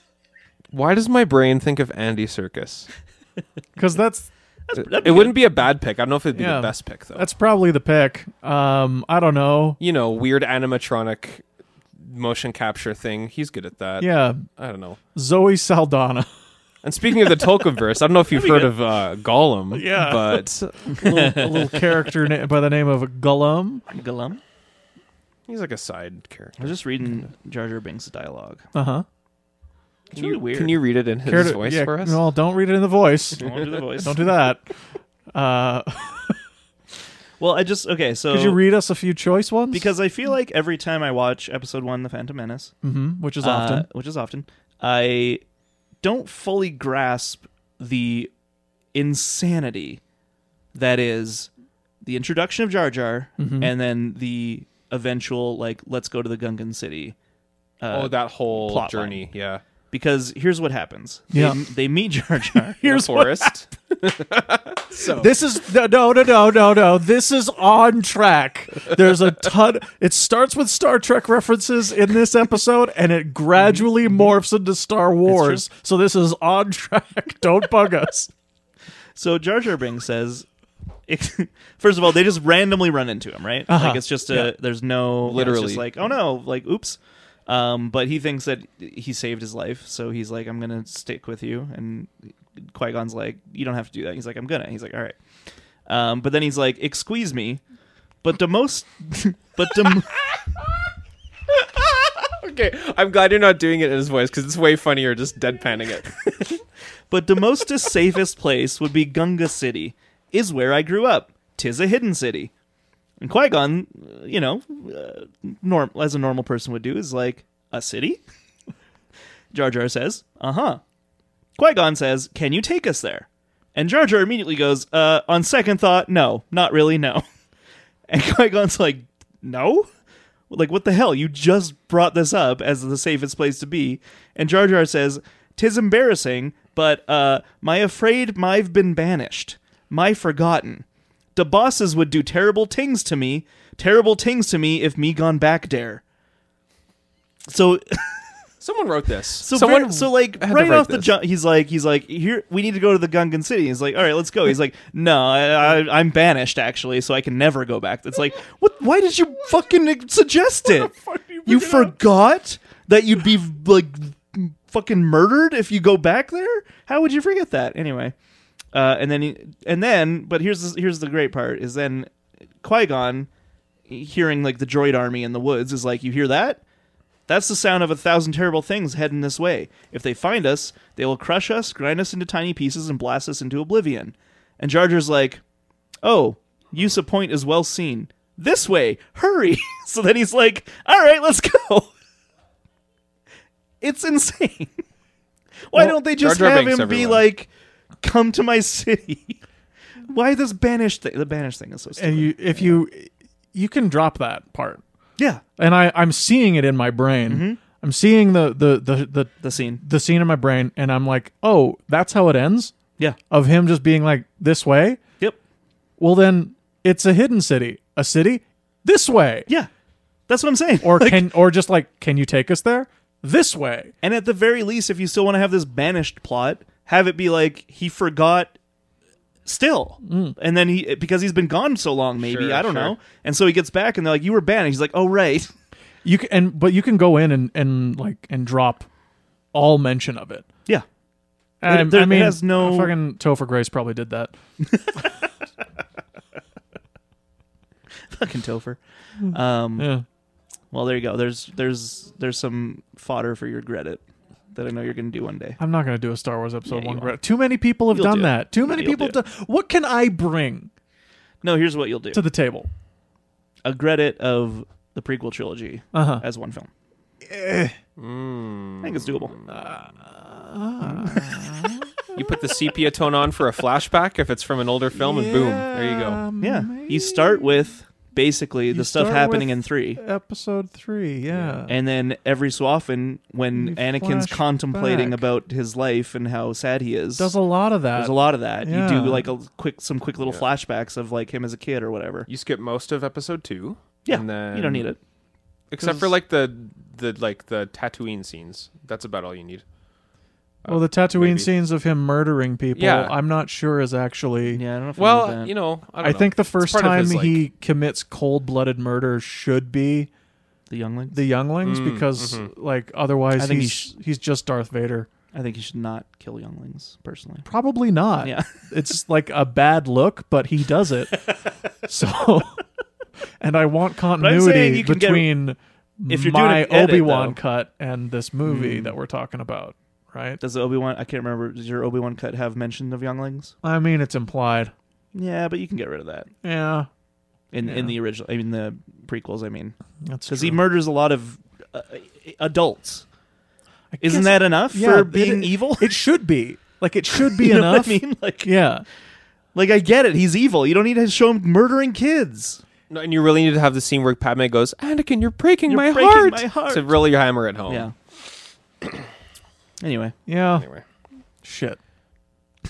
Why does my brain think of Andy Circus?
Because that's
That'd be
It wouldn't be a bad pick. I don't know if it'd be
Yeah.
the best pick though.
that's probably the pick. Um, I don't know.
you know, weird animatronic motion capture thing. He's good at that.
Yeah,
I don't know.
Zoe Saldana.
And speaking of the Tolkienverse, I don't know if you've heard of uh, Gollum.
Yeah.
But
a, little, a little character na- by the name of Gollum.
Galum.
he's like a side character.
I was just reading Jar Jar Binks' dialogue.
Uh huh.
It's
Can
really
you,
weird.
Can you read it in his
Character-
voice
yeah,
for us?
No, don't read it in the voice.
I won't do the voice.
don't do that. Uh,
Well, I just okay. So
could you read us a few choice ones?
because I feel like every time I watch Episode One, The Phantom Menace,
Mhm, which is
uh,
often.
which is often, I don't fully grasp the insanity that is the introduction of Jar Jar,
Mm-hmm.
and then the eventual like let's go to the Gungan city. Uh,
oh, that whole
plot
journey. Yeah.
because here's what happens.
Yeah.
They, they meet Jar Jar.
Here's
the
what-
forest. so
This is no, no, no, no, no, no. This is on track. There's a ton. It starts with Star Trek references in this episode, and it gradually morphs into Star Wars. So this is on track. Don't bug us.
So Jar Jar Binks says, first of all, they just randomly run into him, right?
Uh-huh.
Like it's just a there's no it's
Literally.
just like oh no, like oops. Um, but he thinks that he saved his life, so he's like, I'm gonna stick with you. And Qui Gon's like, you don't have to do that. He's like, I'm gonna. He's like, all right. Um, but then he's like, excuse me, but the most, but the.
okay, I'm glad you're not doing it in his voice because it's way funnier just deadpanning it.
But the most safest place would be Gunga City, is where I grew up. Tis a hidden city. And Qui Gon, you know, uh, norm as a normal person would do, is like a city. Jar Jar says, "Uh huh." Qui Gon says, "Can you take us there?" And Jar Jar immediately goes, "Uh, on second thought, no, not really, no." And Qui Gon's like, "No." Like, what the hell? You just brought this up as the safest place to be. And Jar Jar says, Tis embarrassing, but, uh, my afraid my've been banished. My forgotten. The bosses would do terrible things to me, terrible things to me if me gone back there. So,
Someone wrote this.
so,
Someone
very- so like
had to
right
write
off the
this.
jump, he's like, he's like, here we need to go to the Gungan city. He's like, all right, let's go. He's like, no, I, I, I'm banished actually, so I can never go back. It's like, what? Why did you fucking suggest it?
do you
you
bring it up?
forgot that you'd be like fucking murdered if you go back there. How would you forget that anyway? Uh, and then he, and then, but here's the, here's the great part is then Qui Gon hearing like the droid army in the woods is like, you hear that? That's the sound of a thousand terrible things heading this way. If they find us, they will crush us, grind us into tiny pieces, and blast us into oblivion. And Jar Jar's like, Oh, use of point is well seen. This way, hurry! so then he's like, All right, let's go. It's insane. Why
Well,
don't they just
Jar Jar
have
Binks,
him be
everyone.
like, Come to my city? Why this banished thing? The banished thing is so stupid.
And you, if you, you can drop that part.
yeah,
And I, I'm seeing it in my brain. I'm seeing the the the the
the scene.
the scene in my brain, and I'm like, oh, that's how it ends.
Yeah.
Of him just being like this way.
Yep.
Well, then it's a hidden city, a city this way.
Yeah. That's what I'm saying.
or
Like-
can or just like can you take us there this way
And at the very least, if you still want to have this banished plot, have it be like he forgot still.
Mm.
And then he, because he's been gone so long, maybe,
Sure,
I don't
sure.
know. And so he gets back and they're like, you were banished. He's like, oh, right.
you can and but you can go in and and like and drop all mention of it
Yeah.
I,
It- there-
I mean uh,
it has no-
fucking topher grace probably did that
Fucking Topher. Um,
yeah
Well, there you go. There's, there's, there's some fodder for your Reddit that I know you're going to do one day.
i'm not gonna do a star wars episode
Yeah,
one
you
gra- too many people have
You'll do
done
it.
that too many
You'll
people
do
have done what can i bring
No, here's what you'll do
to the table
a Reddit of the prequel trilogy
uh-huh
as one film. Eh.
Mm.
I think it's doable.
You put the sepia tone on for a flashback if it's from an older film, and boom, there you go.
Um,
Yeah. You start with basically the stuff
start
happening
with-
in three.
episode three yeah,
And then every so often, when
You
Anakin's
flash
contemplating
back.
about his life and how sad he is,
does a lot of that
there's a lot of that. You
yeah.
do like a quick, some quick little flashbacks of like him as a kid or whatever.
You skip most of episode two.
Yeah,
and then,
you don't need it.
except
'cause-
for like the the like the Tatooine scenes. That's about all you need.
well
Uh,
the tatooine
maybe.
scenes of him murdering people
Yeah.
i'm not sure is actually
Yeah, I don't know. If I need
Well,
that.
you know, I,
I,
don't know.
think the
It's
first
part of
time
his, like-
he commits cold-blooded murder should be
the younglings. Mm, mm-hmm.
the younglings because like otherwise
I think
he's he's just Darth Vader.
I think he should not kill younglings personally.
Probably
Uh,
not.
Yeah.
It's like a bad look, but he does it. so, and I want
saying
continuity
you can get-
between
if you're doing
my
an edit,
Obi Wan
though.
cut and this movie that we're talking about, right?
Does the Obi Wan? I can't remember. Does your Obi Wan cut have mention of younglings?
I mean, it's implied.
Yeah, but you can get rid of that
Yeah,
in in
Yeah.
the original. I mean the prequels. I mean
that's
because he
true.
murders a lot of uh, adults.
I
Isn't
guess-
that enough
yeah,
for
it-
being
it-
evil?
It should be like it should be
you know
enough.
what I mean? Like,
Yeah,
like I get it. He's evil. You don't need to show him murdering kids.
No, and you really need to have the scene where Padme goes, "Anakin, you're breaking,
You're
my,
breaking
heart.
my heart.
To really hammer it home.
Yeah. anyway,
yeah.
Anyway,
Shit,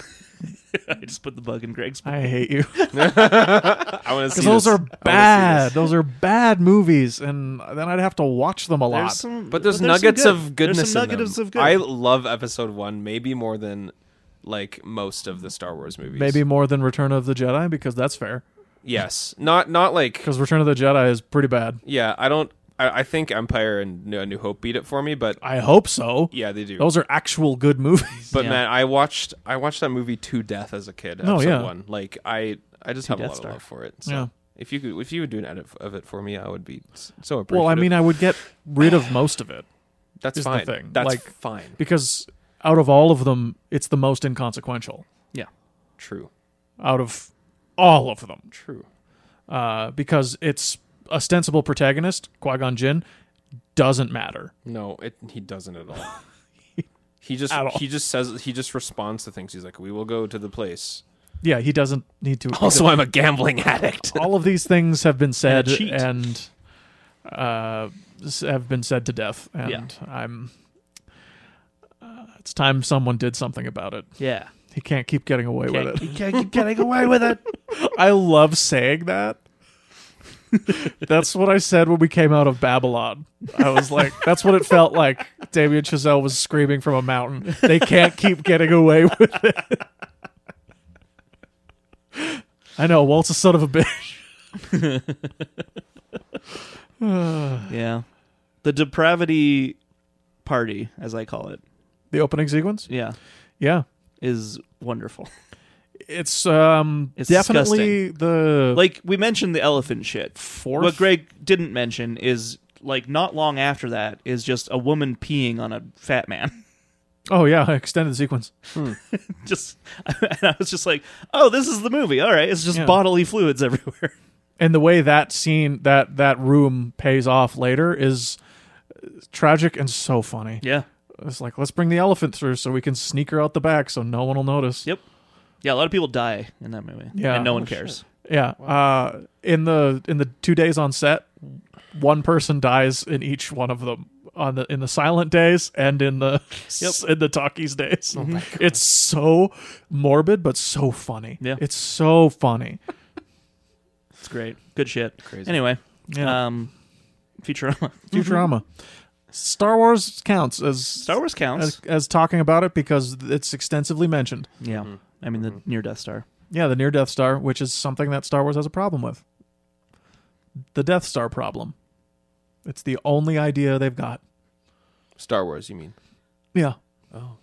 I just put the bug in Greg's.
I hate you.
I want to see
Because those
this.
are bad. Those are bad movies, and then I'd have to watch them a lot.
There's some,
But there's,
some
nuggets
good-
of goodness.
There's some
in them.
nuggets of good.
I love Episode One, maybe more than like most of the Star Wars movies.
Maybe more than Return of the Jedi because that's fair.
yes, not not like
Because Return of the Jedi is pretty bad.
yeah. I don't. I, I think Empire and New, New Hope beat it for me, but
I hope so.
yeah, they do.
Those are actual good movies.
but
Yeah.
man, I watched I watched that movie to death as a kid.
Oh,
episode
yeah.
one. Like I I just have a
Death
lot
Star.
of love for it. So.
Yeah.
If you could, if you would do an edit f- of it for me, I would be s- so appreciative.
well, I mean, I would get rid of most of it
that's
is the
fine.
thing.
That's
Like-
fine.
because out of all of them, it's the most inconsequential
yeah.
True.
out of all of them.
True.
Uh, because its ostensible protagonist, Qui Gon Jinn, doesn't matter.
No, it he doesn't at all. he just
At all.
he just says he just responds to things. He's like, "We will go to the place."
Yeah, he doesn't need to.
I'm a gambling addict.
all of these things have been said
And a
and,
cheat.
uh, s- have been said to death, and
Yeah.
I'm. Uh, it's time someone did something about it.
Yeah.
He can't keep getting away with
Can't, can't, can't go away with it.
it. I love saying that. that's what I said when we came out of Babylon. I was like, that's what it felt like. Damien Chazelle was screaming from a mountain. They can't keep getting away with it. I know, Walt's a son of a bitch.
Yeah. The depravity party, as I call it,
The opening sequence?
yeah,
Yeah.
is wonderful.
It's um
It's
definitely the
Like we mentioned the elephant shit.
fourth.
What Greg didn't mention is like not long after that is just a woman peeing on a fat man.
oh yeah, extended sequence.
just and I was just like, "Oh, this is the movie. All right, it's just
Yeah.
bodily fluids everywhere."
And the way that scene that that room pays off later is tragic and so funny.
Yeah.
It's like let's bring the elephant through so we can sneak her out the back so no one will notice.
Yep. Yeah, a lot of people die in that movie.
Yeah.
And no
Oh,
one cares.
Yeah. Uh in the in the 2 days on set, one person dies in each one of them on the in the silent days and in the
Yep. Oh
in the talkies days. It's so morbid but so funny.
Yeah.
It's so funny.
It's great. Good shit.
Crazy.
Anyway,
Yeah.
um Futurama.
Futurama. Star Wars counts as
mm-hmm. Star Wars counts.
as, as talking about it because it's extensively mentioned.
Yeah.
Mm-hmm.
I mean, the near Death Star.
Yeah, the near Death Star, which is something that Star Wars has a problem with. The Death Star problem. It's the only idea they've got.
Star Wars, you mean?
Yeah.
Oh.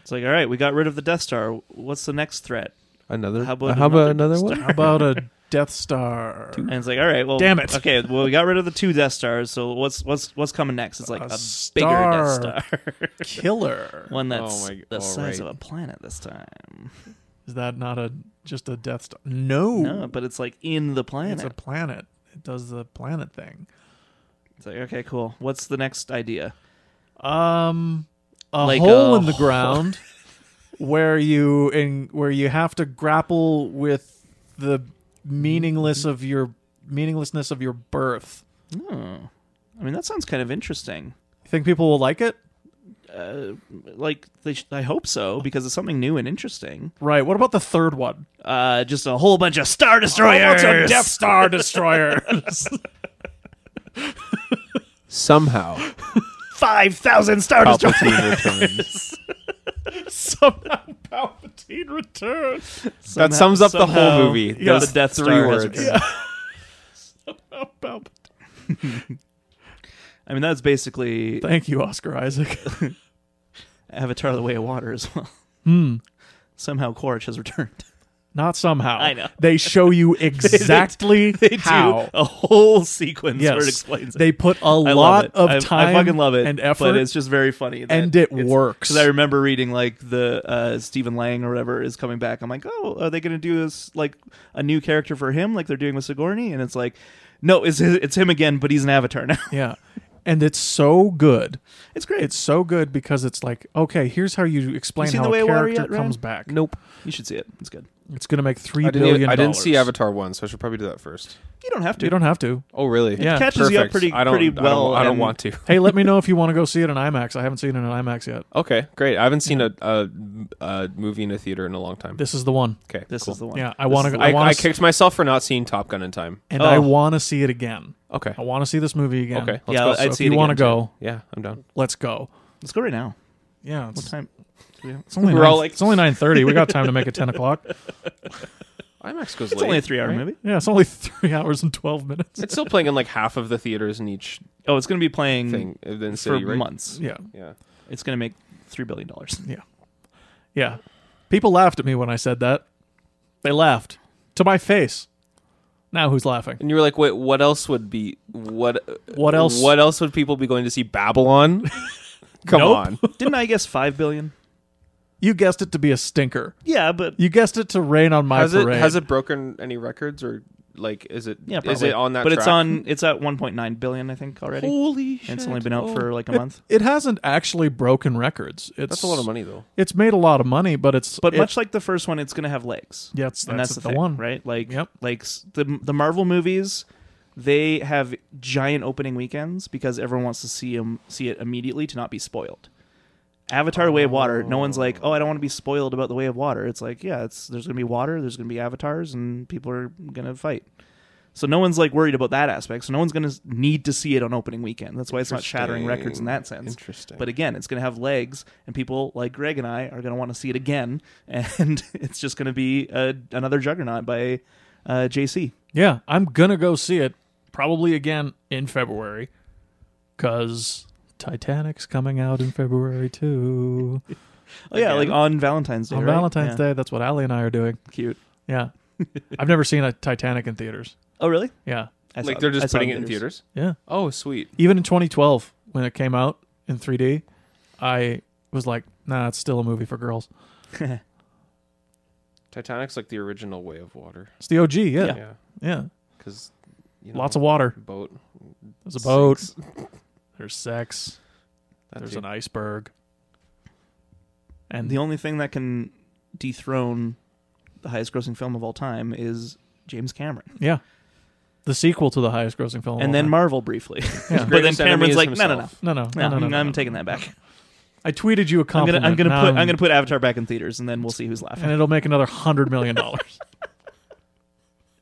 It's like, all right, we got rid of the Death Star. What's the next threat?
Another?
How about How about another another
How about a Death Star?
And it's like, all right, well,
Damn it.
Okay, well, we got rid of the two Death Stars. So what's what's what's coming next? It's like
A
a, bigger
star.
Death Star,
Killer.
one that's
Oh my-
the
all
size
right.
of a planet this time.
Is that not a just a Death Star? No.
No, but it's like in the planet.
it's a planet. It does the planet thing.
It's like, okay, cool. What's the next idea?
Um, a
Like
hole
a
in the
hole.
ground where you in where you have to grapple with the
Mm-hmm.
meaningless of your meaninglessness of your birth.
Oh, I mean, that sounds kind of interesting.
You think people will like it?
Uh, like, they sh- I hope so because it's something new and interesting.
Right. What about the third one?
Uh, just a whole bunch of Star Destroyers.
What's a Death Star destroyer?
Somehow,
Five thousand Star
Oh,
Destroyers.
Palpatine returns.
Somehow Palpatine returns.
That sums up the whole
somehow-
movie.
Yeah,
Those
the Death
three
Star has
words.
returned.
Oh, Palpatine.
I mean, that's basically.
Thank you, Oscar Isaac.
Avatar: The Way of Water as well.
Hmm.
Somehow Quaritch has returned.
Not somehow.
I know.
They show you exactly
They
how.
do a whole sequence where it explains it.
They put a
I love
lot
it.
of
I-
time
I fucking love it
and effort.
but it's just very funny. that
and it
it's-
works.
Because I remember reading like the uh, Stephen Lang or whatever is coming back. I'm like, oh, are they going to do this like a new character for him, like they're doing with Sigourney? And it's like, no, it's it's him again, but he's an avatar now.
yeah. And it's so good.
it's great.
It's so good because it's like, okay, here's how you explain
seen
how
The Way
a
of Water
character
yet, Ryan?
comes back.
Nope.
you should see it. It's good.
It's going to make three
I
billion
didn't, even- I didn't see
dollars.
Avatar 1, so I should probably do that first.
You don't have to.
You don't have to.
Oh, really?
Yeah.
catches
Perfect.
you up pretty
I don't,
pretty
I don't-
well.
I don't,
and
want to.
Hey, let me know if you want to go see it in IMAX. I haven't seen it in IMAX yet.
Okay, great. I haven't seen a, a, a movie in a theater in a long time.
This is the one.
okay,
This
cool.
is the one.
Yeah, I
This
want
is
to.
the-
I,
I
I,
want to.
kicked myself for not seeing Top Gun in time.
And I
Oh.
want to see it again.
Okay.
I want to see this movie again.
Okay. Let's
Yeah,
go.
I'd
so if
see
you
it
want to
again,
go,
yeah, I'm down.
let's go.
Let's go right now.
Yeah, it's,
What time?
it's only
We're
nine,
all like-
it's only nine thirty. We got time to make it ten o'clock.
IMAX goes
It's
late.
only a three-hour
right?
movie.
Yeah, it's only three hours and twelve minutes.
It's still playing in like half of the theaters in each
Oh, it's going to be playing
thing in the
for
city, right?
months.
Yeah,
Yeah.
It's going to make three billion dollars.
yeah. People laughed at me when I said that. They laughed to my face. Now who's laughing?
And you were like, wait, what else would be what? uh,
What else?
What else would people be going to see? Babylon. Come
Nope.
on.
Didn't I guess five billion?
You guessed it to be a stinker.
Yeah, but
You guessed it to rain on my
Has it
parade.
has it broken any records or like is it
yeah,
is
probably.
it on that?
But it's
track?
on. It's at one point nine billion, I think, already.
Holy
and it's only been out for like a month.
It hasn't actually broken records. It's
That's a lot of money though.
It's made a lot of money, but it's
But
it-
much like the first one, it's going to have legs.
Yeah, it's-
and
that's
that's the,
the
thing,
one.
right? Like,
Yep.
like s- the the Marvel movies, they have giant opening weekends because everyone wants to see 'em- see it immediately to not be spoiled. Avatar: Way of Water. No one's like, oh, I don't want to be spoiled about the Way of Water. It's like, yeah, it's there's going to be water, there's going to be avatars, and people are going to fight. So no one's like worried about that aspect. So no one's going to need to see it on opening weekend. That's why it's not shattering records in that sense.
Interesting.
But again, it's going to have legs, and people like Greg and I are going to want to see it again, and it's just going to be uh, another juggernaut by uh, JC.
Yeah, I'm gonna go see it probably again in February because Titanic's coming out in February too.
Oh yeah,
Again?
like on Valentine's Day.
On
right?
Valentine's
Yeah.
Day, that's what Allie and I are doing.
Cute.
Yeah, I've never seen a Titanic in theaters.
Oh really?
Yeah,
I
like
saw-
they're
I
just
saw
putting it in theaters.
yeah.
Oh, sweet.
Even in 2012, when it came out in 3D, I was like, "Nah, it's still a movie for girls."
Titanic's like the original way of water.
It's the OG. Yeah, yeah.
Yeah, because you know,
Lots of water.
boat.
There's a boat.
sinks.
There's sex.
That
there's
too.
an iceberg. And
The only thing that can dethrone the highest-grossing film of all time is James Cameron,
Yeah. The sequel to the highest grossing film. of all
and then
time.
Marvel briefly.
Oh, Yeah.
but then
Greatest enemy
Cameron's
is
like, no, no, no.
himself.
no, no, no,
No, Mm,
no, no, no,
I'm
no.
taking that back.
I tweeted you a
I'm gonna,
compliment.
I'm gonna
now
put, I'm gonna put Avatar back in theaters, and then we'll see who's laughing.
and it'll make another hundred million dollars.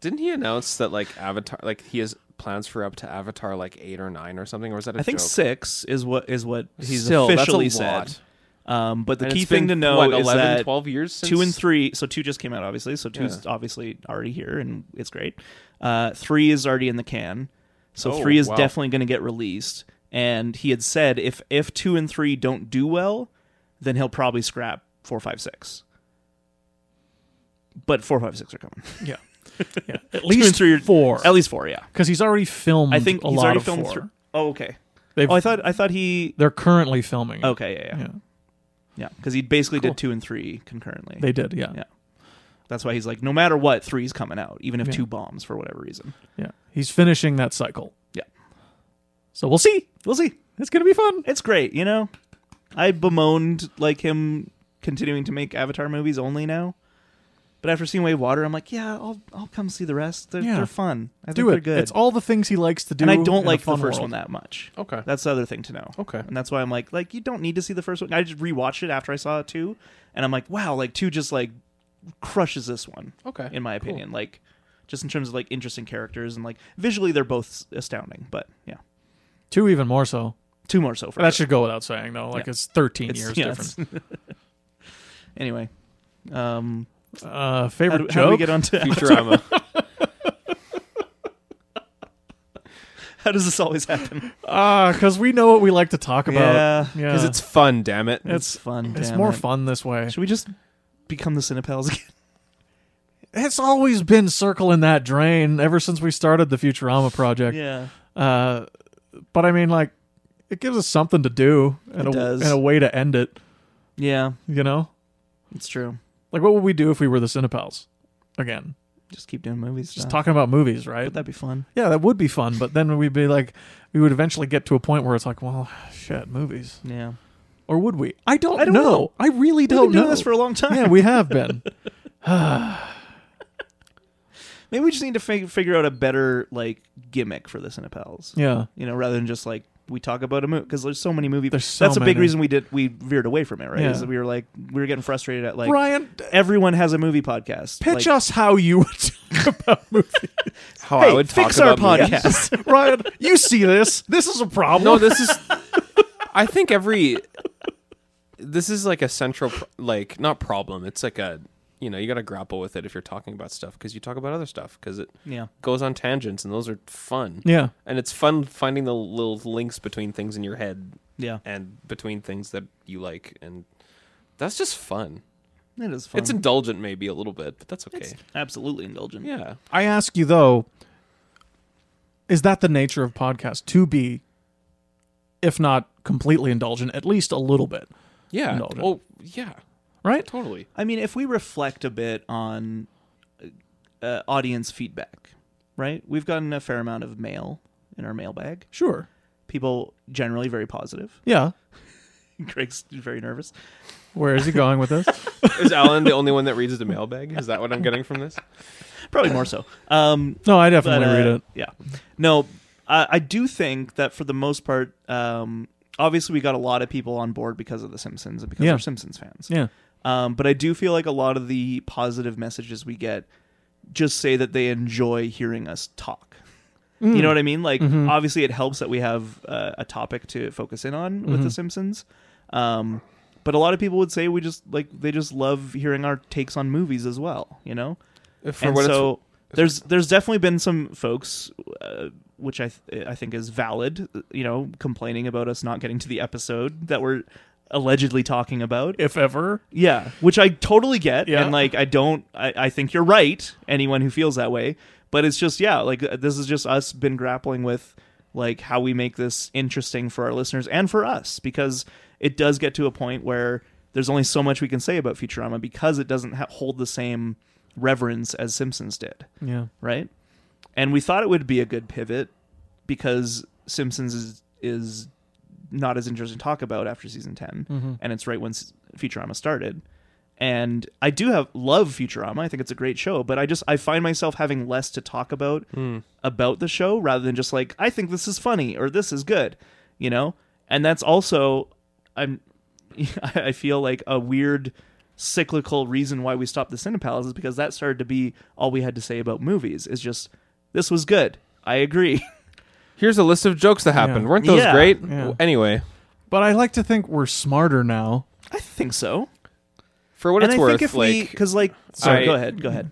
Didn't he announce that like Avatar, like he has plans for up to Avatar like eight or nine or something, or was that a
I think
joke?
six is what is what he's
Still, that's a
officially
lot.
said. Um, but the
And
key
it's
thing to
been,
know
what,
is
11,
that
12 years since
two and three. So two just came out, obviously. So two's
Yeah.
obviously already here, and it's great. Uh, three is already in the can. So
Oh,
three is
wow.
definitely going to get released. And he had said if if two and three don't do well, then he'll probably scrap four, five, six. But four, five, six are coming.
yeah. Yeah. At
Two and
least
three are
four.
At least four, yeah.
Because he's already filmed.
I think
a
he's
lot
already
of
filmed
four.
three. Oh, okay.
They've,
Oh, I thought I thought he.
they're currently filming. it.
Okay, yeah, yeah.
Yeah.
Yeah, because he basically
Cool.
did two and three concurrently.
They did. Yeah.
Yeah. That's why he's like, no matter what, three's coming out, even if
Yeah.
two bombs for whatever reason.
Yeah. He's finishing that cycle.
Yeah.
So we'll see.
We'll see.
It's gonna be fun.
It's great, you know. I bemoaned like him continuing to make Avatar movies only now, but after seeing Way of Water, I'm like, yeah, I'll I'll come see the rest. They're,
Yeah.
they're fun. I think
Do
they're
it.
good.
It's all the things he likes to do.
and I don't
in
like
a
the
fun
first one
world.
that much.
Okay.
That's the other thing to know.
Okay.
And that's why I'm like, like you don't need to see the first one. I just rewatched it after I saw it too, and I'm like, wow, like two just like crushes this one.
Okay,
in my opinion. Like, just in terms of like interesting characters and like visually, they're both s- astounding. But yeah,
Two even more so.
two more so far.
That should go without saying though. Like
Yeah.
it's thirteen years
yeah,
difference.
it's- anyway, um,
Uh,
how
favorite
do,
joke?
how do we get onto
Futurama.
How does this always happen?
Ah, because we know what we like to talk about.
Yeah.
because it's fun. Damn it!
it's
It's fun.
it's
damn
more
it.
fun this way.
Should we just become the Cinepals again?
It's always been circling that drain ever since we started the Futurama project.
yeah.
Uh, but I mean, like, it gives us something to do and
It
a
does.
and a way to end it.
Yeah,
You know,
it's true.
like what would we do if we were the Cinepals again?
Just keep doing movies.
Just
stuff.
talking about movies, right?
Would that be fun?
yeah, that would be fun. But then we'd be like, we would eventually get to a point where it's like, well, shit, movies,
Yeah.
or would we? I don't,
I don't
know.
know.
I really
We've
don't
been doing
know.
this for a long time.
yeah, we have been.
Maybe we just need to fig- figure out a better like gimmick for the Cinepals.
Yeah,
You know, rather than just like we talk about a movie because there's so many movies.
There's so
That's a big
many.
reason we did we veered away from it, right?
Yeah.
Is that we were like we were getting frustrated at like
Ryan, d-
everyone has a movie podcast. like,
pitch us how you would talk about movies.
How
Hey,
I would talk
fix our
about movies.
podcast.
Ryan, you see this? This is a problem.
No, this is. I think every. This is like a central, pro- like not problem. It's like a, you know, you got to grapple with it if you're talking about stuff because you talk about other stuff because it
yeah.
goes on tangents and those are fun.
yeah,
And it's fun finding the little links between things in your head
Yeah.
and between things that you like, and that's just fun.
It is fun.
It's indulgent, maybe a little bit, but that's okay.
absolutely indulgent.
yeah,
I ask you though, is that the nature of podcast to be, if not completely indulgent, at least a little bit,
yeah.
No, no.
Oh, yeah,
right?
totally.
I mean, if we reflect a bit on uh, audience feedback, right? We've gotten a fair amount of mail in our mailbag.
Sure.
People generally very positive.
Yeah.
Greg's very nervous.
Where is he going with this?
Is Alan the only one that reads the mailbag? Is that what I'm getting from this?
Probably more so. Um,
No, I
but,
definitely
uh,
read it.
Yeah. No, I, I do think that for the most part, um, obviously we got a lot of people on board because of The Simpsons and because
Yeah.
we're Simpsons fans.
Yeah.
Um, but I do feel like a lot of the positive messages we get just say that they enjoy hearing us talk.
Mm.
You know what I mean? Like,
Mm-hmm.
obviously, it helps that we have uh, a topic to focus in on
Mm-hmm.
with The Simpsons. Um, but a lot of people would say we just like they just love hearing our takes on movies as well. You know,
For
and
what it's-
so there's there's definitely been some folks, uh, which I th- I think is valid. You know, complaining about us not getting to the episode that we're allegedly talking about.
If ever.
Yeah, which I totally get,
Yeah.
and like I don't, I, I think you're right. Anyone who feels that way, but it's just yeah, like uh, this is just us been grappling with like how we make this interesting for our listeners and for us because it does get to a point where there's only so much we can say about Futurama because it doesn't ha- hold the same reverence as Simpsons did,
Yeah.
right? And we thought it would be a good pivot because Simpsons is is not as interesting to talk about after season 10 and it's right when s- Futurama started. And I do have love Futurama. I think it's a great show, but I just I find myself having less to talk about about the show rather than just like I think this is funny or this is good, you know. And that's also I'm I feel like a weird cyclical reason why we stopped the Cinepals is because that started to be all we had to say about movies is just this was good. I agree.
Here's a list of jokes that happened.
Yeah.
Weren't those
Yeah.
great?
Yeah.
Anyway,
But I like to think we're smarter now.
I think so.
for what
and
it's
I
worth,
think if we,
like
because like, sorry,
I-
go ahead, go ahead.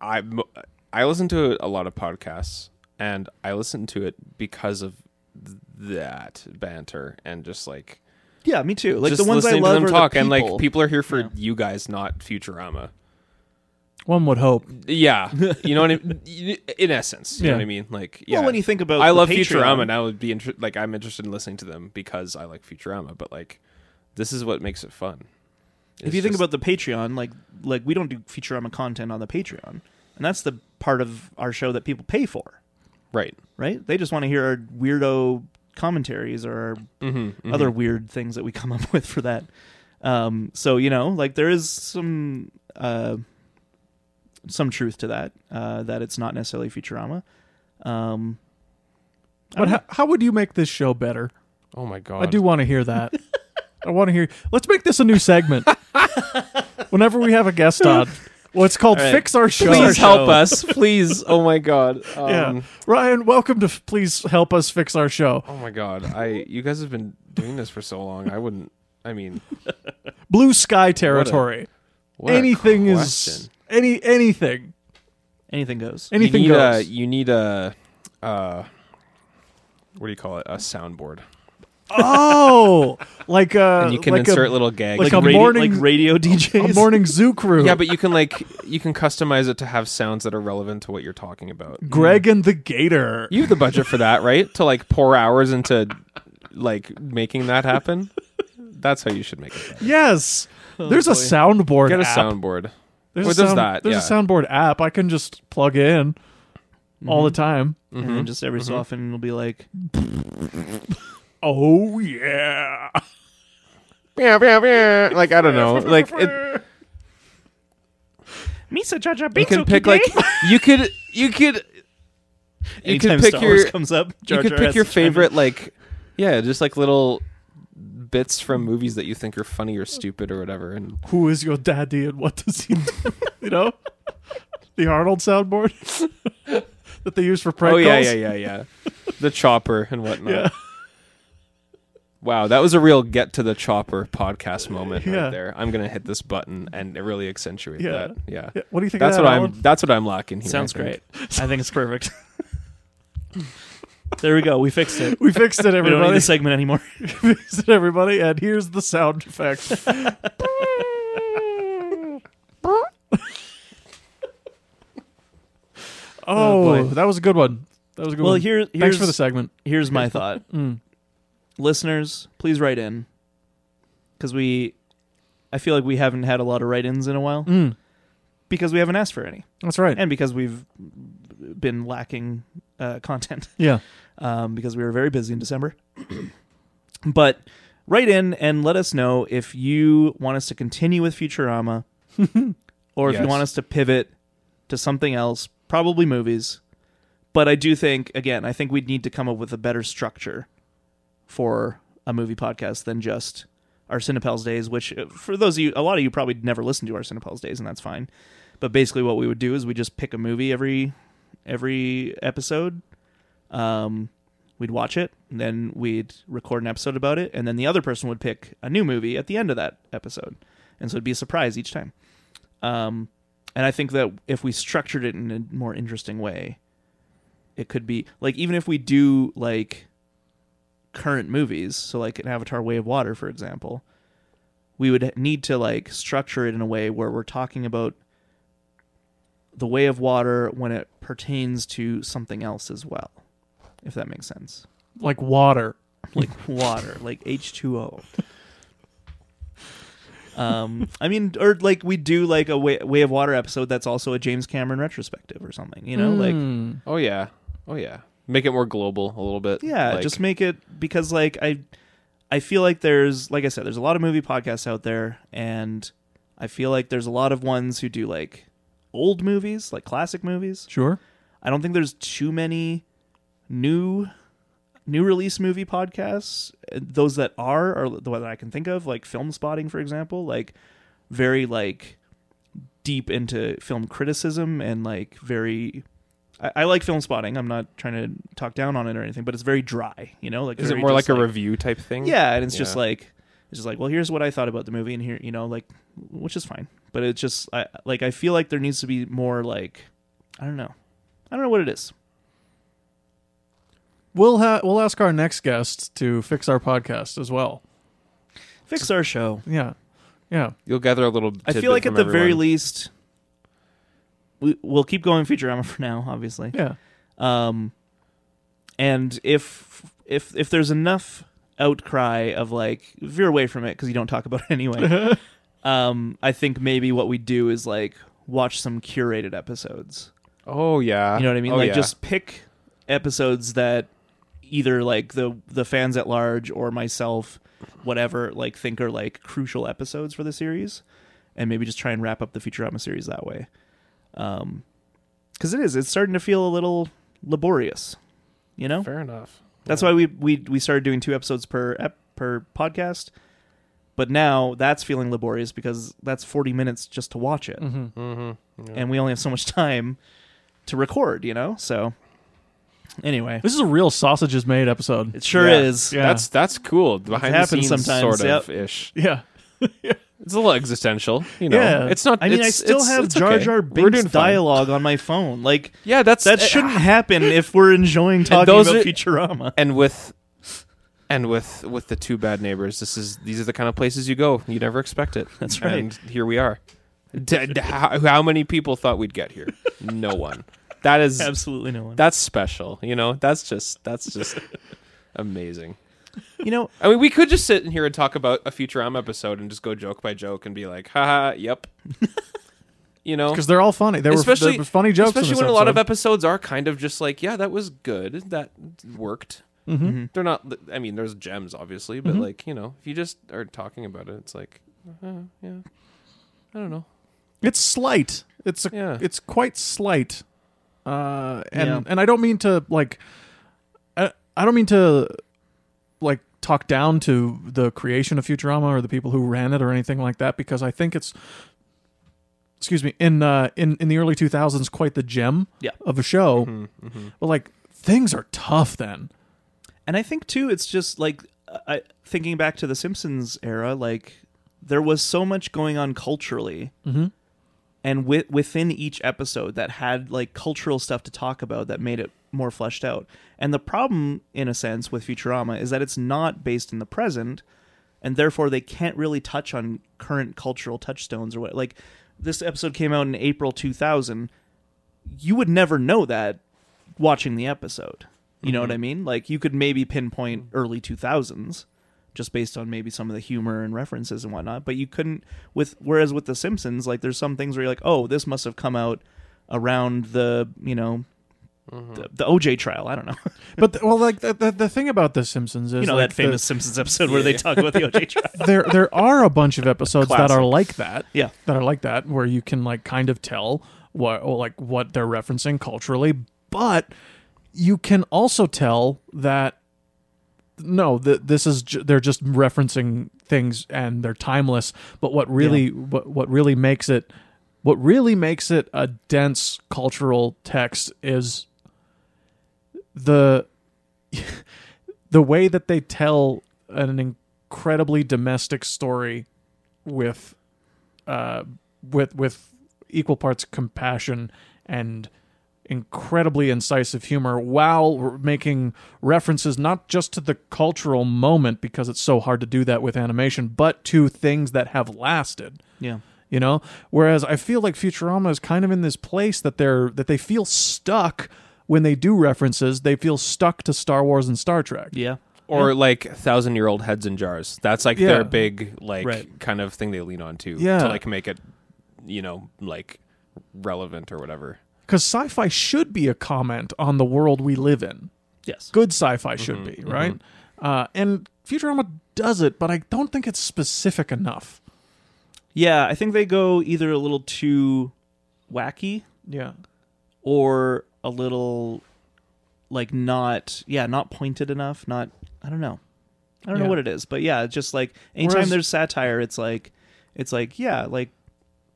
I, mo- I listen to a lot of podcasts, and I listen to it because of th- that banter and just like
Yeah, me too. Like
just
the ones I
listening
love
to them
are
talk,
the
and
people.
like people are here for you guys, not Futurama.
One would hope.
Yeah, you know what I mean. In essence, you
Yeah.
know what I mean. Like, yeah.
Well, when you think about,
I
the
love
Patreon-
Futurama, and I would be inter- like, I'm interested in listening to them because I like Futurama. But like, this is what makes it fun.
if you think about the Patreon, like like we don't do Futurama content on the Patreon, and that's the part of our show that people pay for,
right,
right? They just want to hear our weirdo commentaries or our
Mm-hmm,
other weird things that we come up with for that. Um, so you know, like there is some uh, some truth to that uh, that it's not necessarily Futurama. Um,
But how, how would you make this show better?
oh my god,
I do want to hear that. I want to hear. Let's make this a new segment. Whenever we have a guest on, well, it's called
right.
"Fix Our Show."
Please
Our
help
show.
us, please. Oh my god. Um,
yeah, Ryan, welcome to. F- Please help us fix our show.
Oh my god. I you guys have been doing this for so long. I wouldn't. I mean,
Blue sky territory.
what a
anything is
question.
any anything.
anything goes.
Anything
you need
goes.
A, you need a. Uh, what do you call it? A soundboard.
Oh, like uh,
And you can
like
insert
a,
little gags.
like
Like,
a
radio,
morning-
like radio DJs.
a morning zoo crew.
yeah, but you can like you can customize it to have sounds that are relevant to what you're talking about.
Greg and the Gator.
You have the budget for that, right? To like pour hours into like making that happen. That's how you should make it.
Yes, there's a
boy.
soundboard.
Oh, Get a
app.
soundboard.
There's
Well,
a
there's
sound,
that,
There's
yeah.
a soundboard app. I can just plug in all the
Mm-hmm.
time.
and then just every so often it'll be like,
Oh yeah.
Like I don't know. Like it,
Misa Jaja
you can pick like you could you could you
Anytime
could pick
Star
your
Wars comes up, Jar
you could
Jar
pick
has
your
to chime in.
favorite like yeah, just like little bits from movies that you think are funny or stupid or whatever and
Who is your daddy and what does he do? you know? The Arnold soundboard that they use for prank
Oh yeah,
calls.
yeah, yeah, yeah. the chopper and whatnot.
Yeah.
Wow, that was a real get to the chopper podcast moment
Yeah.
right there. I'm gonna hit this button and really accentuate
Yeah.
that. Yeah.
Yeah, What do you think?
That's
of
what
that,
I'm
Alan?
that's what I'm lacking here.
Sounds
I think.
great. I think it's perfect. there we go. We fixed it.
We fixed it,
We don't need
everybody.
the segment anymore.
fixed it, everybody. And here's the sound effect. oh,
boy.
that was a good one. That was a good
well,
one.
here,
Thanks
here's
for the segment.
here's my thought. Listeners, please write in because we, I feel like we haven't had a lot of write-ins in a while
Mm,
because we haven't asked for any,
that's right.
and because we've been lacking uh, content
yeah.
um, because we were very busy in December. but write in and let us know if you want us to continue with Futurama or if you
Yes.
want us to pivot to something else, probably movies. But I do think, again, I think we'd need to come up with a better structure for a movie podcast than just our Cinepals days, which uh, for those of you, a lot of you probably never listen to our Cinepals days, and that's fine. But basically, what we would do is we just pick a movie every every episode. Um, we'd watch it, and then we'd record an episode about it, and then the other person would pick a new movie at the end of that episode, and so it'd be a surprise each time. Um, and I think that if we structured it in a more interesting way, it could be like even if we do like current movies, so like an Avatar: Way of Water, for example, we would need to like structure it in a way where we're talking about the way of water when it pertains to something else as well, if that makes sense.
Like water.
Like water, like H two O. Um, I mean, or like we do like a way, way of water episode that's also a James Cameron retrospective or something, you know, like
Mm.
Oh yeah. Oh yeah. Make it more global a little bit.
Yeah,
Like,
just make it because like I I feel like there's like I said, there's a lot of movie podcasts out there and I feel like there's a lot of ones who do like old movies, like classic movies.
Sure.
I don't think there's too many new new release movie podcasts. Uh, Those that are are the one that I can think of, like Film Spotting, for example, like very like deep into film criticism and like very. I, I like Film Spotting. I'm not trying to talk down on it or anything, but it's very dry. You know, like
is it
very
more
just,
like a review type thing?
yeah, and it's just
Yeah.
like it's just like, well, here's what I thought about the movie, and here, you know, like, which is fine. But it's just I like I feel like there needs to be more like I don't know, I don't know what it is.
We'll ha- we'll ask our next guest to fix our podcast as well.
Fix our show.
Yeah. Yeah.
You'll gather a little
I
tidbit
feel like
from
at the very
everyone.
least, we we'll keep going Futurama for now, obviously.
Yeah.
Um, and if if if there's enough outcry of like veer away from it because you don't talk about it anyway, um, I think maybe what we do is like watch some curated episodes.
Oh yeah.
You know what I mean?
Oh,
like
yeah.
just pick episodes that either like the the fans at large or myself, whatever, like think are like crucial episodes for the series, and maybe just try and wrap up the Futurama series that way. Um, because it is, it's starting to feel a little laborious. You know,
fair enough.
that's why we we we started doing two episodes per ep, per podcast. But now that's feeling laborious because that's 40 minutes just to watch it
Mm-hmm.
Mm-hmm.
and we only have so much time to record, you know? So anyway,
This is a real sausages made episode.
it sure
Yeah.
is.
Yeah.
That's that's cool. Behind the
happens
scenes,
sometimes,
sort of ish.
Yeah.
It's a little existential, you know.
Yeah.
It's not.
I mean, I
it's-
still
it's-
have
it's
Jar
okay.
Jar
We're
Binks
doing fine.
dialogue on my phone. Like
Yeah, that's
that
eh,
shouldn't happen if we're enjoying talking
those
about
are-
Futurama.
And with, and with with the two bad neighbors, this is these are the kind of places you go. You never expect it.
That's right.
And here we are. D- d- how, how many people thought we'd get here? No one. That is
Absolutely no one.
that's special. You know, that's just that's just amazing.
you know,
I mean, we could just sit in here and talk about a Futurama episode and just go joke by joke and be like, haha, yep. you know,
because they're all funny. There were, there were funny jokes. in
Especially
this
when a lot of
episode.
episodes are kind of just like, yeah, that was good, that worked. Mm-hmm. They're not. I mean, there's gems, obviously,
Mm-hmm.
but like you know, if you just are talking about it, it's like, uh, yeah, I don't know.
It's slight. It's a,
Yeah.
it's quite slight. Uh, and
Yeah.
and I don't mean to like, I, I don't mean to like talk down to the creation of Futurama or the people who ran it or anything like that because I think it's, excuse me, in uh, in in the early two thousands, quite the gem
Yeah. Mm-hmm,
of a show. But like things are tough then.
and I think too, it's just like I thinking back to the Simpsons era. Like there was so much going on culturally, and with, within each episode that had like cultural stuff to talk about that made it more fleshed out. And the problem, in a sense, with Futurama is that it's not based in the present, and therefore they can't really touch on current cultural touchstones or what. Like this episode came out in April two thousand. You would never know that watching the episode. You know what I mean? Like you could maybe pinpoint early 2000s just based on maybe some of the humor and references and whatnot, but you couldn't with whereas with the Simpsons like there's some things where you're like, "Oh, this must have come out around the, you know, the, the OJ trial, I don't know.
But th- well, like the, the the thing about the Simpsons is
you know
like,
that famous Simpsons episode where they talk about the OJ trial.
The, there there are a bunch of episodes that are
Classics.
like that.
Yeah.
that are like that where you can like kind of tell what or like what they're referencing culturally but you can also tell that no th- this is ju- they're just referencing things and they're timeless but what really what what really makes it what really makes it a dense cultural text is the the way that they tell an incredibly domestic story with uh, with with equal parts compassion and incredibly incisive humor while r- making references not just to the cultural moment because it's so hard to do that with animation but to things that have lasted
Yeah.
you know whereas i feel like futurama is kind of in this place that they're that they feel stuck when they do references they feel stuck to star wars and star trek
Yeah.
Or like thousand year old heads in jars. That's like
Yeah.
their big like
Right.
kind of thing they lean on to
Yeah.
to like make it, you know, like relevant or whatever.
because sci-fi should be a comment on the world we live in
Yes.
good sci-fi should
Mm-hmm,
be, right? Uh, and Futurama does it, but I don't think it's specific enough.
Yeah, I think they go either a little too wacky
Yeah,
or a little like not yeah not pointed enough not i don't know i don't
Yeah.
know what it is but yeah it's just like anytime
Whereas-
there's satire it's like it's like yeah like